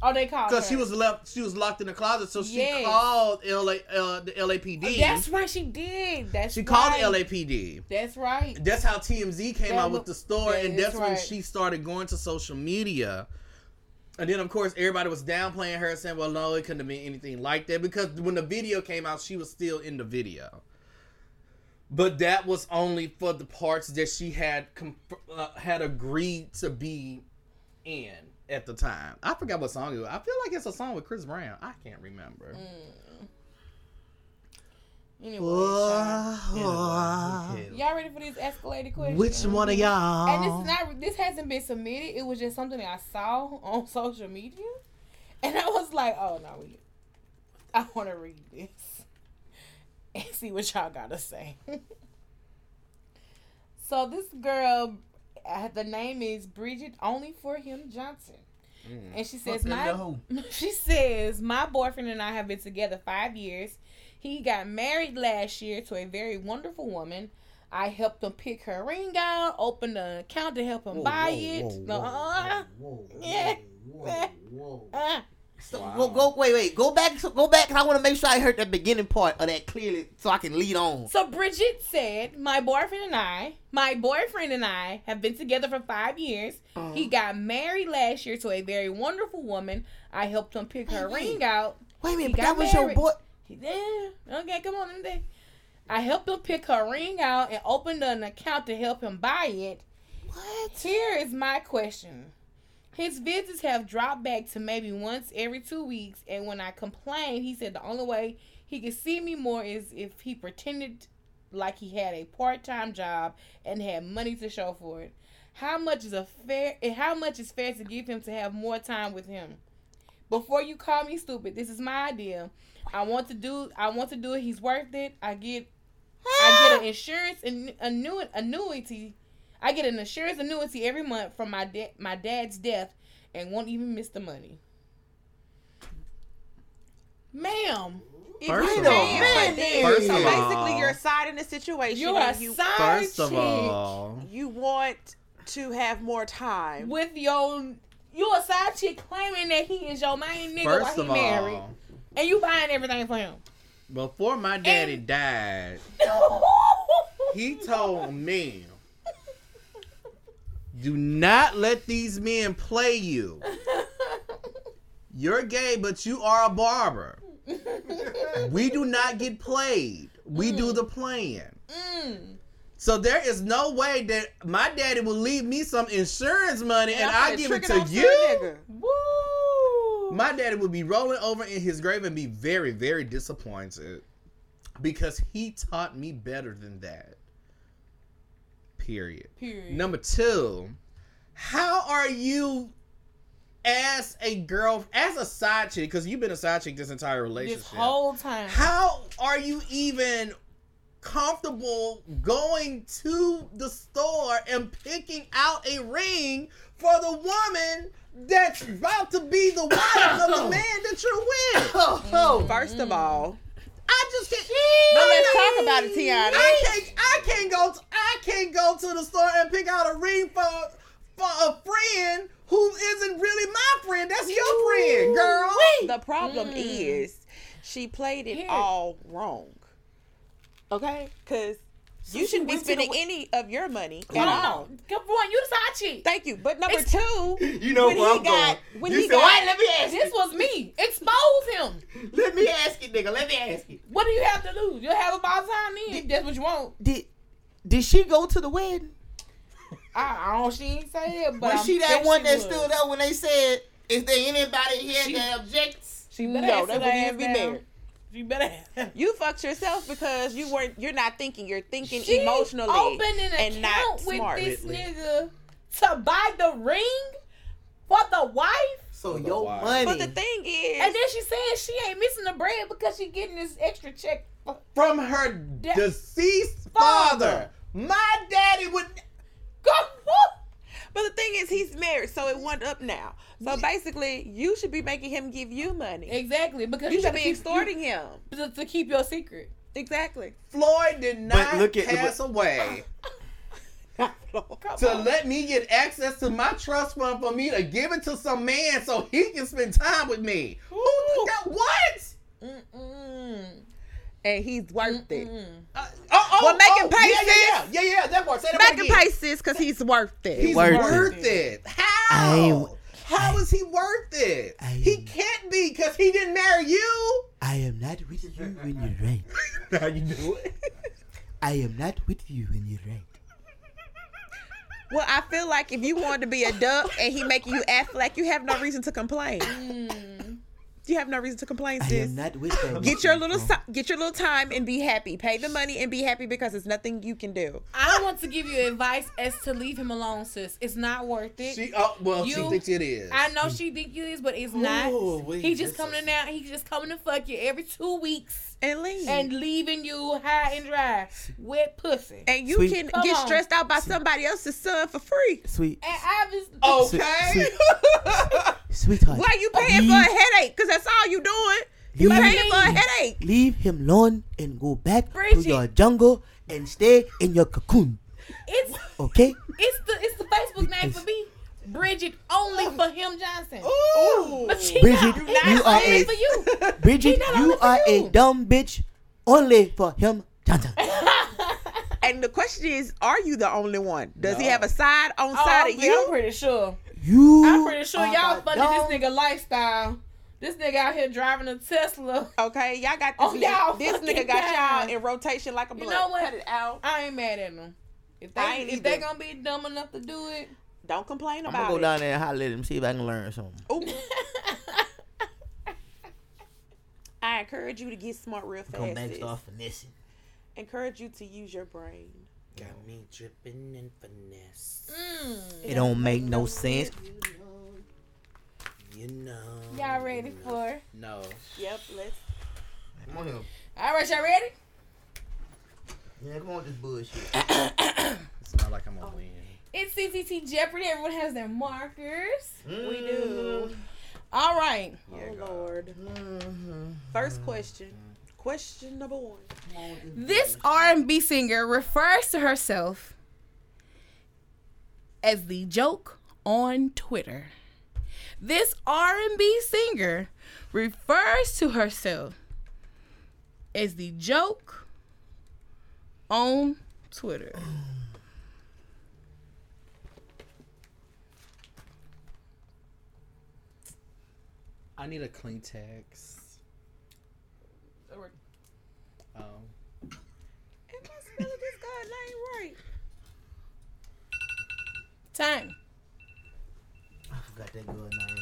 A: Oh, they called her.
D: cause she was left, she was locked in the closet, so she
A: Yes.
D: called LA, uh, the LAPD.
A: That's right. She did. That's
D: she
A: right.
D: called the LAPD.
A: That's right.
D: That's how TMZ came
A: That
D: out
A: look-
D: with the story,
A: that
D: and
A: is
D: that's when
A: right.
D: she started going to social media. And then, of course, everybody was downplaying her, saying, "Well, no, it couldn't have been anything like that," because when the video came out, she was still in the video. But that was only for the parts that she had com- uh, had agreed to be in at the time. I forgot what song it was. I feel like it's a song with Chris Brown. I can't remember.
A: Mm. Anyway,
D: Anyway, who cares?
A: y'all ready for these escalated questions?
H: Which one of y'all?
A: And
F: Oh.
A: this is not. This hasn't been submitted. It was just something that I saw on social media, and I was like, "Oh no, we, I want to read this and see what y'all gotta say." so this girl, uh, the name is Bridget Only for Him Johnson, and she says,
F: Fuck that
A: "My,"
F: hoe.
A: she says, "My boyfriend and I have been together five years. He got married last year to a very wonderful woman." I helped him pick her ring out, opened an account to help him buy it. No, uh,
F: Whoa,
A: Yeah.
F: whoa, whoa.
A: uh,
F: So, go, go, wait, wait, go back, so go back. 'cause I want to make sure I heard the beginning part of that clearly, so I can lead on.
A: So Bridget said, "My boyfriend and I, my boyfriend and I have been together for 5 years. He got married last year to a very wonderful woman. I helped him pick her
F: Wait, wait.
A: ring out.
F: Wait a
A: He
F: minute,
A: got
F: but that was your
A: married.
F: boy.
A: Yeah. Okay, come on. let me- I helped him pick her ring out and opened an account to help him buy it. What? Here is my question. His visits have dropped back to maybe once every two weeks, and when I complained, he said the only way he could see me more is if he pretended like he had a part-time job and had money to show for it. How much is a fair? And how much is fair to give him to have more time with him? Before you call me stupid, this is my idea. I want to do. I want to do it. He's worth it. I get. I get an insurance and annu- annuity. I get an insurance annuity every month from my da- my dad's death, and won't even miss the money. Ma'am, if you
D: First of
A: paying
D: all-
A: for
E: Man,
A: this-
D: First
E: so
D: of
E: basically,
D: all-
E: you're a side in the situation.
A: you are
E: and you,
A: side
D: First of
A: chick
D: all,
E: you want to have more time.
A: with your you a side chick claiming that he is your main nigga
D: first
A: while
D: of
A: he married,
D: all,
A: and you buying everything for him.
D: before my daddy died, he told me, "Do not let these men play you. You're gay, but you are a barber. We do not get played. We do the playing."
A: Mm.
D: So there is no way that my daddy will leave me some insurance money and,
E: I'm
D: I
E: finna
D: give
E: trick
D: it
E: off
D: to
E: a
D: you.
E: nigga.
A: Woo!
D: My daddy would be rolling over in his grave and be very, very disappointed because he taught me better than that. Period.
A: Period.
D: Number two, how are you as a girl, as a side chick, because you've been a side chick this entire relationship.
A: this whole time.
D: how are you even comfortable going to the store and picking out a ring for the woman that's about to be the wife of the man that you're with?
F: Oh.
E: First of all,
D: I just can't.
E: But let's talk about it, Tiana.
D: I can't. I can't go. To, I can't go to the store and pick out a ring for for a friend who isn't really my friend. That's your friend, girl.
E: the problem is she played it
A: Here.
E: all wrong. Okay? Because you shouldn't be spending any of your money at all.
A: on. Come on, you the side chick.
E: Thank you. But number two,
F: You know
E: When
F: where
E: he
F: I'm
E: got-
F: going.
E: when
F: you
E: he
F: said,
E: got-
F: "Wait, let me ask
A: This was me. Expose him.
F: it. Let me ask it, nigga. Let me ask it.
A: What do you have to lose? You'll have a ball time in. if that's what you want.
F: Did did she go to the wedding?
A: I, I don't. She ain't say that, but
F: Was
A: I'm
F: she that
A: bet
F: one
A: she
F: that
A: was.
F: stood up when they said, "Is there anybody here that objects?"
A: She better
E: no,
A: no,
E: they wouldn't even be married.
A: She better.
E: You fucked yourself because you weren't. You're not thinking. You're thinking
A: She
E: emotionally
A: opened an
E: and
A: account
E: not
A: with
E: smart.
A: this nigga to buy the ring for the wife,
F: So
D: the
F: your
D: wife.
F: money
E: But the thing is,
A: and then she saying she ain't missing the bread because she getting this extra check. Girl,
D: From her
A: Da-
D: deceased
A: Father.
D: father. My daddy would.
A: woo!
E: but the thing is, he's married, so it went up now. So basically, you should be making him give you money.
A: exactly because
E: You should
A: gotta
E: be
A: keep-
E: extorting him.
A: you- to, to keep your secret.
E: Exactly.
D: Floyd did not
F: look at-
D: pass away to let me get access to my trust fund for me to give it to some man so he can spend time with me. Who did that? What?
A: Mm-mm.
E: And he's worth it.
A: Mm.
D: Uh, oh, oh,
E: Well, make him
D: oh,
E: pay,
D: yeah, yeah, yeah, yeah, yeah, that part. Say that
E: Make
D: part
E: him
D: again.
E: pay, sis, because he's worth it.
D: He's
F: Worth
D: worth,
F: it.
D: it. How?
F: I ain't-
D: How is he worth it?
F: I ain't-
D: he can't be because he didn't marry you.
F: I am not with you when you're right.
D: How you do it?
F: I am not with you when you're right.
E: Well, I feel like if you wanted to be a duck and he making you act like you have no reason to complain. You have no reason to complain, sis.
F: not with her.
E: Get your little si- get your little time and be happy. Pay the money and be happy because it's nothing you can do.
A: I want to give you advice as to leave him alone, sis. It's not worth it.
D: She, oh, well, she
A: You-
D: thinks it is.
A: I know she think you is, but it's not.
D: Ooh, wait,
A: he just
D: this
A: coming in now. He just coming to fuck you every two weeks
E: And leave.
A: and
E: And,
A: leaving you high and dry, wet pussy. And,
E: you
F: Sweet.
E: can
A: Come
E: get
A: on.
E: stressed out by somebody else's son for free.
F: sweet
A: obviously,
D: okay.
F: Sweet- sweetheart.
E: Why you paying for a headache? Because that's all you doing. You
F: Leave-
E: paying for a headache.
F: Leave him alone and go back
A: Bridget.
F: to your jungle and stay in your cocoon.
A: it's
F: Okay?
A: it's the it's the Facebook name for me, Bridget only for him Johnson.
E: Oh. Ooh.
A: But she
F: Bridget,
A: not,
F: you
A: not
F: are
A: saying
F: a-
A: for you.
F: Bridget,
A: not only
F: you
A: for
F: are
A: you.
F: a dumb bitch only for him. Johnson.
E: And the question is, are you the only one? Does he have a side on
A: Oh,
E: side
A: I'm
E: of
A: pretty- I'm
E: you?
A: pretty sure.
F: You
A: I'm pretty sure
F: are
A: y'all
F: a
A: funded
F: dumb-
A: this nigga lifestyle This nigga out here driving a Tesla.
E: Okay, y'all got this.
A: Oh,
E: nigga.
A: y'all
E: this nigga
A: fucking
E: got
A: down.
E: y'all in rotation like a
A: You
E: blunt.
A: know what?
E: Cut it out.
A: I ain't mad at them. If they
E: I ain't
A: if they
E: either.
A: gonna be dumb enough to do it,
E: Don't complain
F: I'm
E: about
F: gonna go
E: it.
F: down there and holler at him, see if I can learn something.
E: Ooh, I encourage you to get smart real
F: Come
E: fast.
F: back,
E: sis.
F: start finessing.
E: Encourage you to use your brain.
H: Got me dripping in finesse.
A: mm,
F: It don't make no sense.
H: You know.
A: y'all ready for? it?
D: No.
E: Yep, let's.
F: Come on here.
A: All right, y'all ready?
F: Yeah, come on with this bullshit.
D: It's not like I'm gonna win.
A: It's CCT Jeopardy. Everyone has their markers.
E: We do.
A: All right.
E: Oh Lord. First question. Question number one.
I: This R&B singer refers to herself as the joke on Twitter. This R&B singer refers to herself as the joke on Twitter.
D: I need a clean text. Um,
E: Am I spelling this guy's name right?
A: Time.
F: I forgot that good name.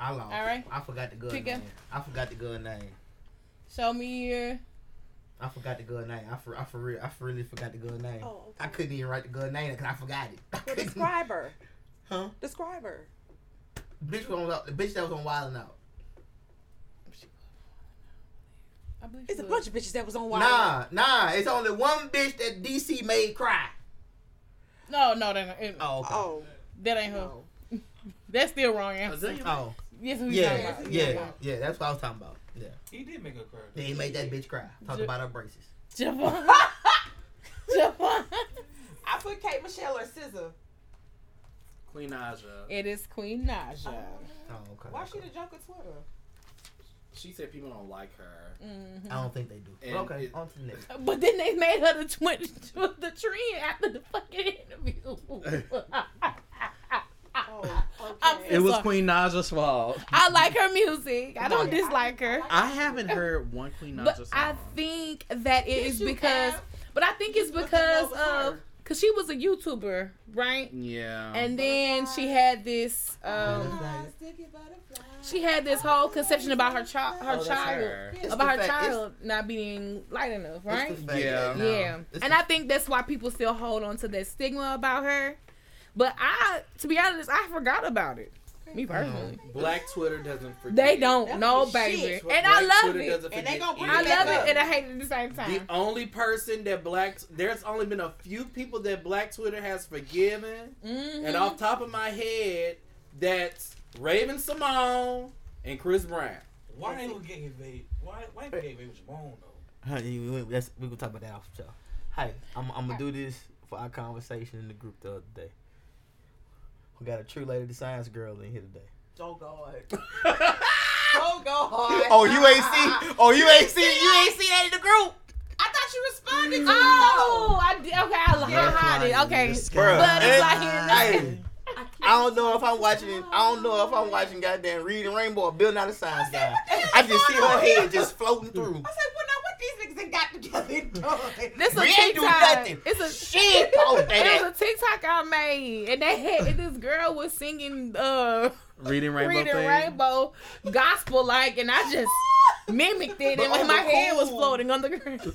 F: I lost.
A: All right.
F: I forgot the good
A: Pick
F: name.
A: up.
F: I forgot the good name.
A: Show me your.
F: I forgot the good name. I for I for real. I for really forgot the good name.
E: Oh, okay.
F: I couldn't even write the good name because I forgot
E: Well,
F: it.
E: describe her.
F: Huh?
E: Describe her.
F: bitch was on, the bitch that was on Wild 'N Out.
A: I believe
E: It's a
A: you
E: bunch of bitches that was on Wild.
F: Nah, nah. It's only one bitch that DC made cry.
A: would. No, no, that ain't,
F: Oh, okay.
E: Oh,
A: that ain't her.
E: no.
A: That's still wrong answer.
F: Oh,
A: Yes, we talking
F: yeah,
A: about.
F: yeah, yeah. That's what I was talking about. Yeah,
J: He did make a cry.
F: they made that bitch cry. Talk
A: Ju-
F: about her braces.
A: Javon. Javon.
E: I put Kate Michelle or Scissor.
J: Queen Aja.
A: It is Queen Naja.
F: Oh, okay.
E: Why she the joke on Twitter?
J: She said people don't like her.
A: Mhm.
F: I don't think they do.
J: And
F: okay,
J: it-
F: on to the next.
A: But then they made her the twin, the trend after the fucking interview.
E: Oh,
A: I'm-
E: okay.
D: it was
A: Sorry.
D: Queen Naja's fault.
A: I like her music. I don't dislike her.
D: I haven't heard one Queen Naja
I: But
D: song.
I: I think that it is because but I think it's
E: looked
I: because
E: them up
I: of cuz she was a YouTuber, right?
D: yeah.
I: And then she had this um she had this whole conception about her child her
D: Oh, that's
I: child
D: her.
F: It's
I: about
F: the
I: her
F: fact- it's-
I: child not being light enough,
F: it's
I: right?
F: the fact
D: Yeah.
F: that- no.
I: yeah.
F: It's
I: And
F: the-
I: I think that's why people still hold on to that stigma about her. But I to be honest, I forgot about it. Me personally.
J: Black Twitter doesn't forget.
I: They don't
E: That's
I: know,
E: the
I: baby.
E: shit.
I: And I
J: Black
I: love
J: Twitter
I: it.
J: doesn't
E: And they
J: forget
E: gonna bring
I: I
E: it
J: anything.
I: love
E: back
I: it
E: up.
I: and I hate it at the same
J: The
I: time.
J: only person that black there's only been a few people that black Twitter has forgiven,
I: Mm-hmm.
J: and off top of my head, that's Raven Simone and Chris Brown. Why ain't we getting baby? Why why ain't we getting baby Simone though?
F: Honey, we, we, that's, we gonna talk about that off the show. Hey, I'm, I'm gonna do this for our conversation in the group the other day. We got a true lady, the science girl, in here today.
E: Oh God. Oh God.
F: Oh, you ain't see? Oh, you ain't see? You ain't see that in the group?
E: I thought you responded to
I: Oh, I did. Okay, I, li- I hide it. Okay, but it's like
F: hey, I don't know if I'm watching. I don't know if I'm watching. Goddamn, reading Rainbow, or Bill Nye the Science Guy. I just see her head just floating through.
E: I said, well, now what these niggas got together and doing?
I: this a
F: We ain't do
I: TikTok.
F: nothing.
I: It's a
F: Shit, oh,
I: It
F: that.
I: was a TikTok I made, and they had and this girl was singing uh
D: Reading Rainbow.
I: reading
D: thing.
I: rainbow gospel like, and I just mimicked it,
F: But
I: and when
F: on
I: my
F: the
I: head was
F: cool.
I: floating on the ground.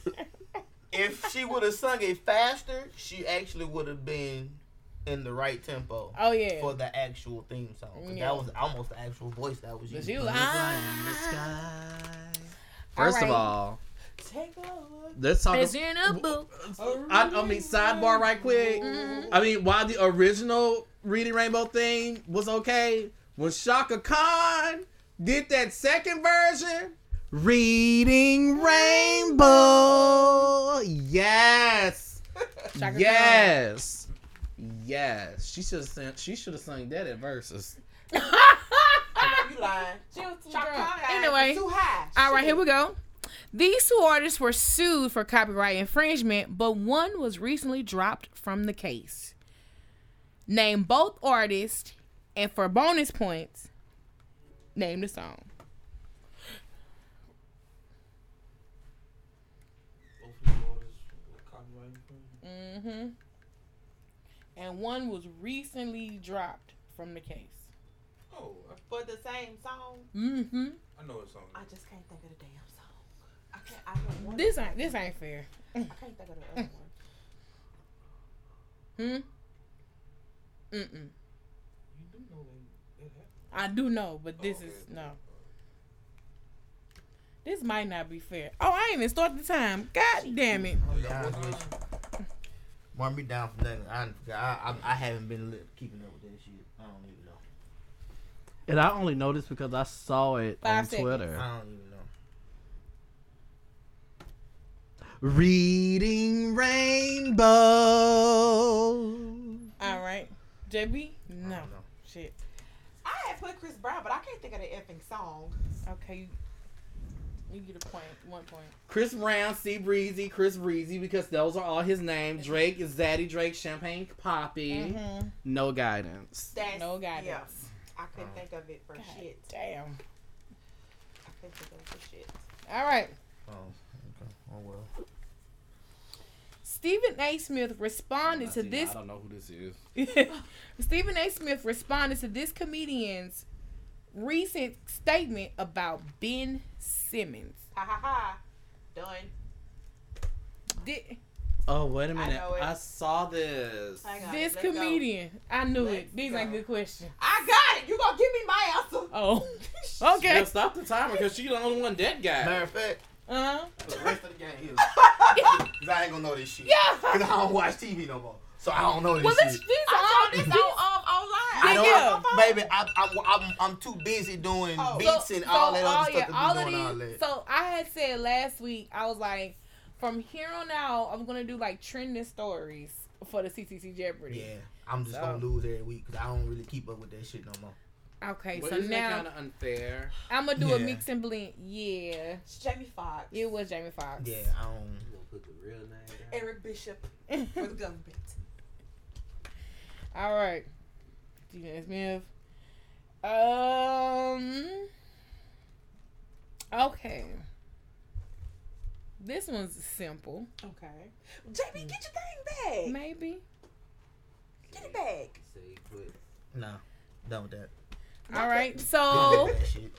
F: If she would have sung it faster, she actually would have been in the right tempo.
I: Oh yeah,
F: for the actual theme song. 'cause
I: Yeah.
F: That was almost the actual voice that was used.
I: she was ah.
D: First
I: Alright.
D: of all,
E: Take a look.
D: let's talk.
I: It's in a book. Mm-hmm.
D: I, I mean, sidebar right quick. I mean, while the original Reading Rainbow thing was okay, when Shaka Khan did that second version, Reading Rainbow, yes,
I: Khan.
D: yes, yes. She should have sung. She should have sung that at verses.
E: You lying.
A: She was too
E: Chaka
A: drunk.
E: Khan
I: Anyway.
E: is Too high.
I: All right, here we go. These two artists were sued for copyright infringement, but one was recently dropped from the case. Name both artists, and for bonus points,
K: Name the song.
E: Mm-hmm. And one was recently dropped from the case.
L: Oh,
A: For the same song,
E: Mm-hmm.
L: I, I know it's on.
A: I just can't think of the damn song. I can't. I know one.
E: This ain't this ain't fair.
A: I can't think of the other one.
E: Hmm. Mm-mm.
L: You do know that it happened.
E: I do know, but this
L: Okay.
E: is no. This might not be fair. Oh, I ain't even start the time. God damn it.
F: Warm me down for nothing. I, I, I, I haven't been li- keeping up with that shit. I don't even know.
M: And I only know this because I saw it
E: Five
M: on
E: seconds.
M: Twitter.
F: I don't even know.
M: Reading Rainbow.
E: All right. JB? No.
F: know.
E: Shit.
A: I had put Chris Brown, but I can't think of the effing song.
E: Okay. You, you get a point. One point.
H: Chris Brown, Sea Breezy, Chris Breezy, because those are all his name. Drake is Zaddy Drake, Champagne Poppy.
E: Mm-hmm.
H: No guidance.
A: That's,
E: No guidance.
A: Yes. I couldn't think of it for
E: God
A: shit.
E: damn.
A: I couldn't think of it for shit.
E: All right.
F: Oh, okay. Oh well.
E: Stephen A. Smith responded to this.
D: I don't know who this is.
E: Stephen A. Smith responded to this comedian's recent statement about Ben Simmons.
A: Ha ha ha. Done.
E: Did,
H: Oh, wait a
A: I
H: minute.
A: know it.
H: I, saw this.
A: Hang on,
E: this
A: let's go.
E: comedian, I knew
A: Let's
E: it. These ain't
A: go.
E: good questions.
A: I got it. You gonna give me my answer?
E: Oh,
D: Yeah,
E: okay.
D: stop the timer because she's the only one dead guy.
F: Matter of fact,
E: Uh-huh.
F: for the rest of the game is because I ain't gonna know this shit. Because I don't watch TV no more, so I don't know this
E: Well,
F: shit.
E: this these
A: I
E: are
A: saw this on um online.
F: I
E: Yeah,
F: don't,
E: yeah.
F: I, baby, I, I, am I'm too busy doing
A: Oh.
F: beats and all that other stuff to be doing all
E: these-
F: that.
E: So I had said last week, I was like, from here on out, I'm gonna do like trending stories for the CCC Jeopardy.
F: yeah, I'm just gonna lose every week because I don't really keep up with that shit no more.
E: Okay,
D: But
E: so
D: isn't that
E: now
D: kind of unfair?
E: I'm gonna do a
F: Yeah.
E: mix and blend. Yeah,
A: It's Jamie Foxx.
E: it was Jamie Foxx.
F: Yeah, I don't.
L: You gonna put the real name down?
A: Eric Bishop for the government.
E: All right, Stephen Smith. Um. Okay. This one's simple,
A: Okay. JB, get your thing back.
E: maybe.
A: Get it back.
L: Say you put
F: No, done with that.
E: All right,
F: Done
A: Oh.
E: so
F: with that shit.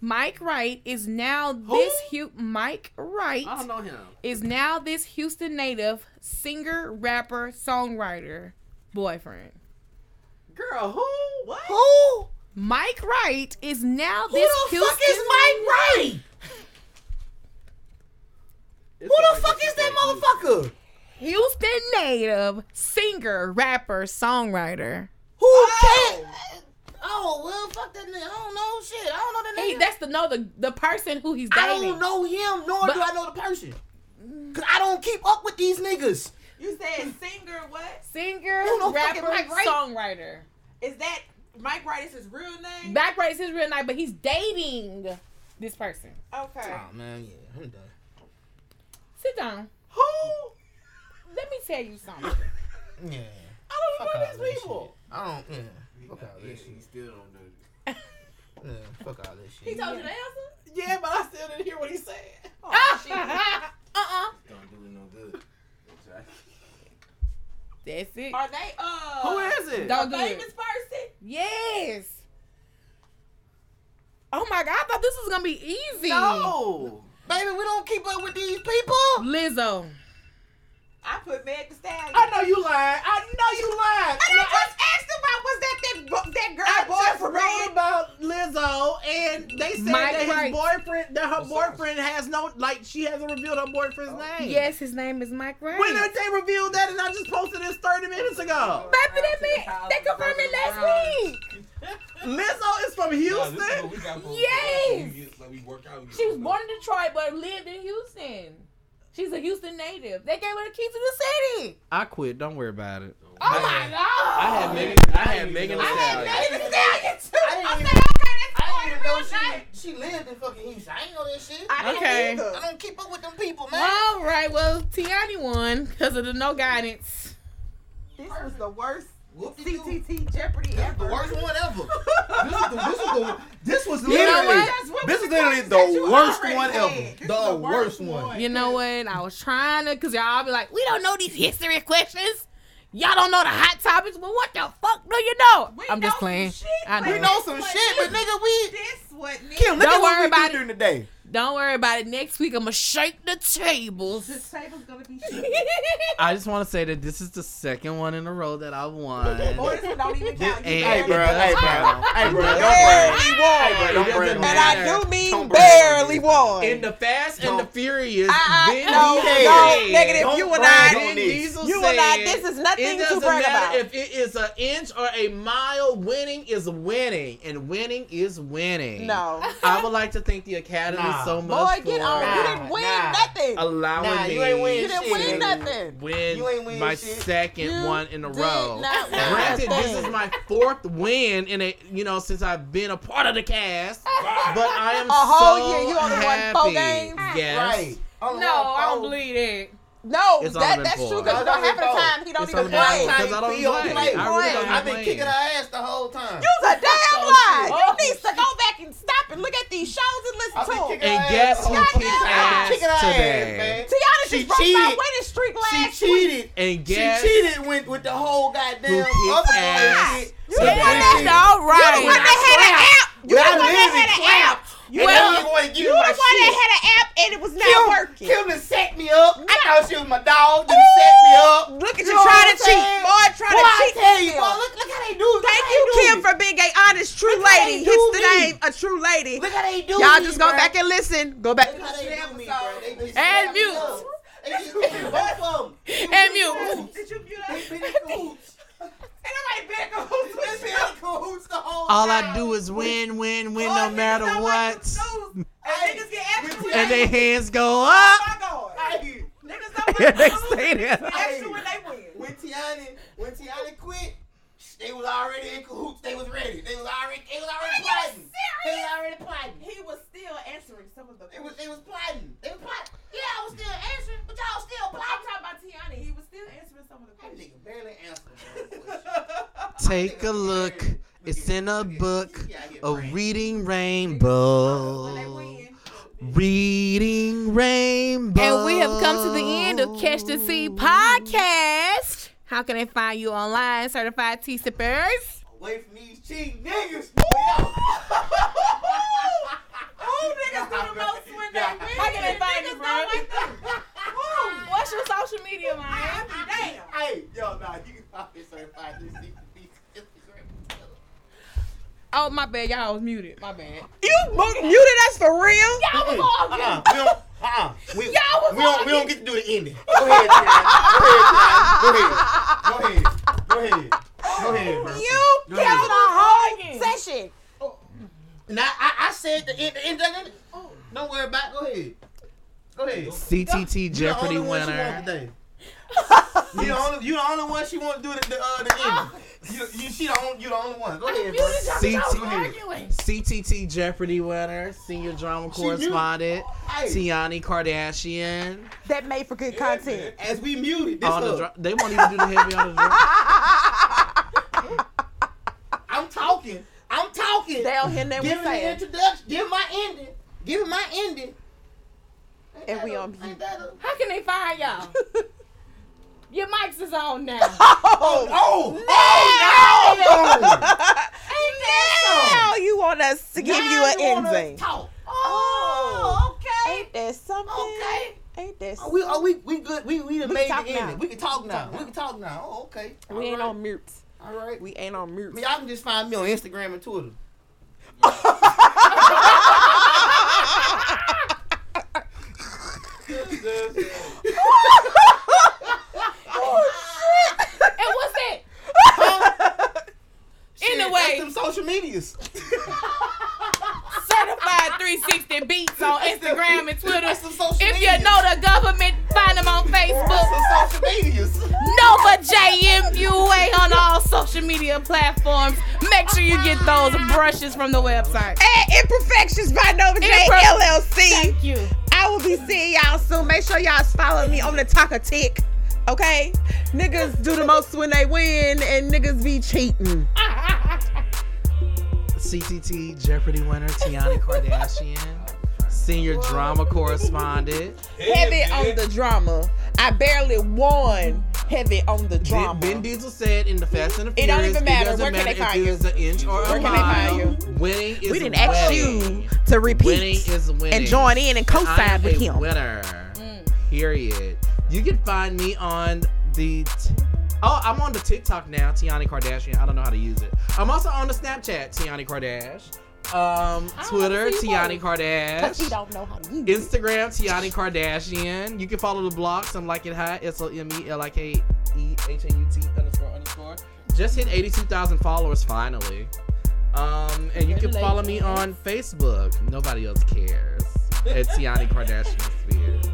E: Mike Wright is now this Hu- Mike Wright
H: Oh,
D: I don't know him.
E: is now this Houston native singer, rapper, songwriter boyfriend.
D: Girl, who? What?
F: Who?
E: Mike Wright is now this
F: Who the
E: Houston
F: fuck is Mike Wright?
D: Who
F: Who the fuck is that motherfucker?
E: Houston native singer, rapper, songwriter.
F: Who oh. can't? Oh well, fuck that nigga. I don't know shit. I don't know that nigga.
E: He, that's the no the the person who he's dating.
F: I don't know him, nor
E: But-
F: do I know the person. Cause I don't keep up with these niggas.
A: You said singer what?
E: Singer,
F: You know fucking
E: rapper,
F: Mike Wright.
E: songwriter.
A: Is that Mike Wright is his real name?
E: Mike Wright is his real name, but he's dating this person.
A: okay.
F: man, yeah, I'm done.
E: Sit down.
A: Who?
E: Let me tell you something.
F: Yeah.
A: I don't
F: Fuck all
A: know
F: that
A: these people.
F: shit. I don't. Yeah. Fuck all
L: Yeah,
F: that
L: he
F: shit.
L: still don't know. this.
F: Yeah. Fuck all that
A: He
F: shit.
A: told you the answer?
D: Yeah, but I still didn't hear what he said.
A: Oh, shit.
E: Ah, uh-uh.
L: Don't do it no good. Exactly.
E: That's it.
A: Are they uh
D: Who is it?
E: Don't
A: a
E: do
A: famous
E: it.
A: person?
E: Yes. Oh my god, I thought this was gonna be easy.
D: No.
F: Baby, we don't keep up with these people.
E: Lizzo.
A: I put Meg Thee Stallion.
D: I know you lied. I know you lied.
A: And I just asked about was that that, bo- that girl
D: I just read
A: boyfriend?
D: about Lizzo, and they said
E: Mike
D: that
E: Wright.
D: his boyfriend, that her
L: Besides-
D: boyfriend has no, like, she hasn't revealed her
F: Oh.
D: boyfriend's name.
E: Yes, his name is Mike Wright.
D: When did they reveal that? And I just posted this 30 minutes ago.
E: Baby, that man, they confirmed it last week.
D: Lizzo is
L: Nah,
D: from
L: this is
D: Houston.
L: what we got going.
E: Yes.
L: We get- like, we work out, we get
E: She was
L: stuff.
E: born in Detroit but lived in Houston. She's a Houston native. They gave her the keys to the city.
H: I quit. Don't worry about it.
E: Oh my god!
D: I had Megan. I had Megan Thee
L: I
E: had
D: Stallion.
E: Megan Thee Stallion too.
F: I didn't
E: I
F: even-
E: said, okay, that's
F: I
E: part of
F: didn't even know
E: real life.
F: she, she lived in fucking Houston. I ain't know that shit. I,
A: I didn't
E: Okay.
A: either.
F: don't keep up with them people, man.
E: All right, well, Tiani won because of the no guidance.
A: This was the worst
F: Whoop-de-doo.
E: CTT Jeopardy
F: That's the
E: ever.
F: worst one ever. this is the this is the this was
D: You know
F: literally
D: what?
E: That's what
D: This is
E: the
D: literally
E: question that
D: the
E: you
D: worst
E: already
D: one
E: said.
D: ever.
E: This is
D: The worst one.
I: You know what? I was trying to, cause y'all be like, we don't know these history questions. Y'all don't know the hot topics. Well, what the fuck do you know?
E: We
I: I'm
E: know
I: just
E: some
I: playing.
E: shit,
I: I
E: but
I: know.
F: We know some shit, but nigga, we
E: This what
F: Kim,
E: nigga.
F: look
I: Don't
F: at what
I: worry
F: we
I: about
F: did
I: it.
F: during the day.
I: Don't worry about it. Next week, I'ma shake the tables.
E: This table's gonna be shit.
D: I just want to say that this is the second one in a row that I won.
E: Boy, this one don't even count. You
D: ain't-
E: barely
F: Hey, bro. Hey, bro. Hey, bro. Don't brag.
E: Barely won.
F: Hey, bro. Don't brag.
E: And
F: on
E: I
F: that.
E: do mean
F: Don't brag on
E: barely
F: this.
E: won.
D: In the Fast and the
F: Don't-
D: Furious,
E: I- I-
D: Vin
E: no,
D: Diesel
E: no,
D: said-
E: negative.
F: Don't
E: You and
F: brag
E: I-
D: Vin
F: on this.
D: Diesel
E: You and I,
D: said,
E: this is nothing
D: it
E: to
D: doesn't
E: brag
D: matter
E: about."
D: if it is an inch or a mile. Winning is winning, and winning is winning.
E: no.
D: I would like to thank the Academy
F: Nah.
D: so much
E: Boy, get
D: for
E: on. you
F: Nah,
E: didn't win
F: nah.
E: nothing.
D: allowing
F: Nah,
D: me
F: you ain't win
E: you didn't
F: shit.
E: win nothing.
D: win
F: You ain't win
D: my
F: shit.
D: second
E: You
D: one in a
E: did
D: row.
E: not win
D: Granted, this
E: nothing.
D: is my fourth win in a you know since I've been a part of the cast, but I am
E: A whole
D: so
E: year, you only won
D: happy.
E: four games?
D: Yes.
F: Right.
I: No, I don't believe that.
E: No,
D: It's all been
E: that, that's
D: boy.
E: true because you
F: It's
E: don't
F: all
E: have the
F: been boy.
E: time. He don't
D: It's
E: even
D: all been boy.
E: play.
D: Because I don't
F: Feel
D: play. I
F: like
D: really
E: playing.
D: don't
F: I've been
D: play.
F: kicking her ass the whole time.
E: You's a damn lie.
A: Oh,
E: You needs to go back and stop and look at these shows and
F: I've
E: listen
F: been
E: to
F: kicking
D: And
E: them.
F: her
D: guess
F: ass the
D: who
F: whole
E: kicked
F: time.
E: ass
F: I've been kicking her ass,
D: today?
F: man.
E: Tiana
F: She
E: just broke my
F: cheated.
E: winning streak
F: She
E: last week.
F: cheated.
D: And
F: She
D: guess
F: cheated with, with the whole
D: Who
F: goddamn
D: kicked
F: other
D: ass?
F: shit.
E: You
F: So
E: the one
F: that
E: that-
F: shit-
I: All
E: You the one
I: right.
E: that had an app. You the
F: Without
E: one that
F: Lizzie
E: had an app.
F: clapped.
E: You
F: And
E: the-
F: now you going to give
E: You
F: me
E: the one
F: my shit.
E: that had an app and it was not working.
F: Kim done set me up. I thought she was my dog. Didn't set me up.
E: Look at
F: You
E: you
F: know
E: trying
F: what I'm
E: to cheat.
F: saying?
E: Boy, trying
F: Boy,
E: to
F: I
E: cheat.
F: tell you,
E: yourself.
F: boy, look, look how they do. Look
E: Thank
F: how
E: you,
F: they do
E: Kim,
F: me.
E: for being a honest true
F: Look how
E: lady.
F: they
E: Hits
F: do
E: the
F: me.
E: name a true lady.
F: Look how they do
E: Y'all
F: me,
E: just go
F: bruh.
E: back and listen. Go back.
F: Look how they do me,
E: episode.
F: bruh. They
I: And
F: just snap
I: mute.
F: me up. They just mute both of 'em.
I: And mute.
E: Did you mute
F: They
E: us?
F: been in cahoots.
E: Ain't nobody back on
F: They been in cahoots the whole
D: All
F: time.
D: I do is win, win, win,
E: Boy,
D: no
E: niggas
D: matter
E: don't like
D: what.
E: them shoes. And niggas get extra when
D: And
E: they
D: their hands go up.
E: my God.
F: Hey,
E: Niggas
D: And
E: don't like
D: they
E: them shoes.
D: stay there.
E: Get extra when they win.
F: When Tiana, when Tiana quit, they was already in cahoots. They was ready. They was already, they was already plotting. They was already plotting.
E: He was still answering some of the.
F: They was, they was plotting. They was plotting. Yeah, I was still answering, but y'all still
E: I'm talking
F: plotting.
E: about Tiana. He was still answering some of the
F: That
E: questions.
F: nigga barely answered. my question.
D: Take a look. It's in a book. A reading
E: When they
D: rainbow.
E: win,
D: Reading rainbow.
I: And we have come to the end of Catch the Sea
D: Oh.
I: podcast. How can they find you online, certified tea sippers?
F: Away from these cheating niggas.
E: Oh, niggas do the most when they
F: Yeah.
E: win.
A: How can they find you,
E: Niggas don't
A: bro?
E: like them. Woo.
A: What's your social media, man?
E: Damn.
F: Hey, yo, nah, you can call me certified this CCP Instagram.
I: Oh, my bad. Y'all was muted. My bad.
E: You mu- muted us for real?
F: Uh-uh, we don't, uh-uh. We, we don't, we don't get to do the ending. Go ahead, Tiana. Go ahead, Tiana. Go ahead. Go ahead. Go ahead. Go ahead.
E: You
F: No,
E: killed
F: no.
E: a whole session.
F: Now, I, I said the end, the end, the end. Oh, don't worry about it. Go ahead. Go ahead. You're
D: CTT
F: the only
D: Jeopardy
F: one she
D: winner.
F: wants today. you the only you the only one she wants to do the the, uh, the
E: Ah.
F: ending. You, you she the only you the only one. Go ahead. bro. Go ahead.
D: CT, CTT Jeopardy winner, senior drama correspondent,
F: Hey,
D: Tiani Kardashian.
E: That made for good content.
F: as we muted this
D: All the
F: up,
D: dra- they won't even do the heavy on the drum.
F: I'm talking. I'm talking.
E: They don't hear nothing
F: Give
E: we
F: him the
E: saying.
F: introduction. Give him my ending. Give him my ending. Ain't
E: And
F: that
E: we
F: a-
E: on
F: ain't
E: mute.
F: that a-
A: How can they find y'all? Your mics is on now.
E: Oh,
F: Oh, oh no!
E: now you want us to give you an
F: Now wanna
E: ending.
F: Talk.
E: Oh,
F: Oh, okay.
E: Ain't that something?
F: Okay.
E: Ain't that
F: Are we, are we, we good. We, we done
E: We
F: made
E: can
F: the
E: talk now.
F: ending. We can talk now. We can talk now. Oh, okay.
E: We ain't on mute.
F: All right.
E: We ain't on
F: I
E: mute.
F: mean, y'all can just find me on Instagram and Twitter.
A: And what's that?
F: That's
A: Anyway,
F: them social medias.
A: certified 360 beats on Instagram and Twitter.
F: That's them social
A: If
F: medias.
A: you know the government, find them on Facebook.
F: That's them social medias.
A: Nova JMUA on all social media platforms. Make sure you get those brushes from the website.
E: And Imperfections by Nova J
A: Imperf-
E: LLC.
A: Thank you.
E: I will be seeing y'all soon. Make sure y'all follow me on the Taka Tick Okay? Niggas do the most when they win, and niggas be cheating.
H: CTT Jeopardy winner Tiana Kardashian, senior drama correspondent.
E: Heavy on the drama. I barely won. Heavy on the drama.
H: Ben, ben Diesel said in the Fast and the
E: It
H: Furious,
E: don't even matter.
H: doesn't
E: Where can
H: matter
E: they find
H: if it
E: you?
H: is an inch or
E: Where
H: a
E: can they find
H: mile. Winning is
E: we didn't ask
H: winning.
E: you to repeat
H: Winning is winning.
E: and join in and
H: I am
E: co-sign with
H: a
E: him.
H: Winner. Period. You can find me on the. T- oh, I'm on the TikTok now, Tiani Kardashian. I don't know how to use it. I'm also on the Snapchat, Tiani Kardash. Um, Twitter,
E: see you
H: Tiani
E: Cause he
H: Kardash.
E: don't know how to use it.
H: Instagram, Tiani Kardashian. You can follow the blogs. I'm like it hot. S O M E L I K E H A U T underscore underscore. Just hit 82,000 followers finally. Um, and you can follow me on Facebook. Nobody else cares. At Tiani Kardashian Spears.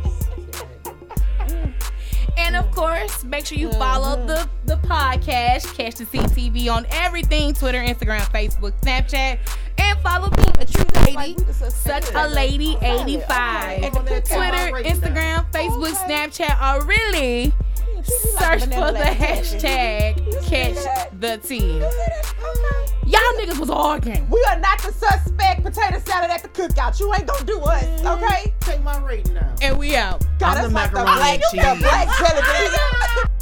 I: And of course, make sure you follow the, the podcast, Catch the CTV on everything Twitter, Instagram, Facebook, Snapchat, and follow me, a true lady, such a lady 85. Twitter, Instagram, Facebook, Snapchat, or really search for the hashtag Catch the Tea. Y'all niggas was arguing.
E: We are not the suspect potato salad at the cookout. You ain't gonna do us, okay?
F: Take my rating now.
I: And we out.
E: God,
H: I'm the
E: that's like the black,
H: macaroni and
E: the
H: cheese.
E: black jelly bean.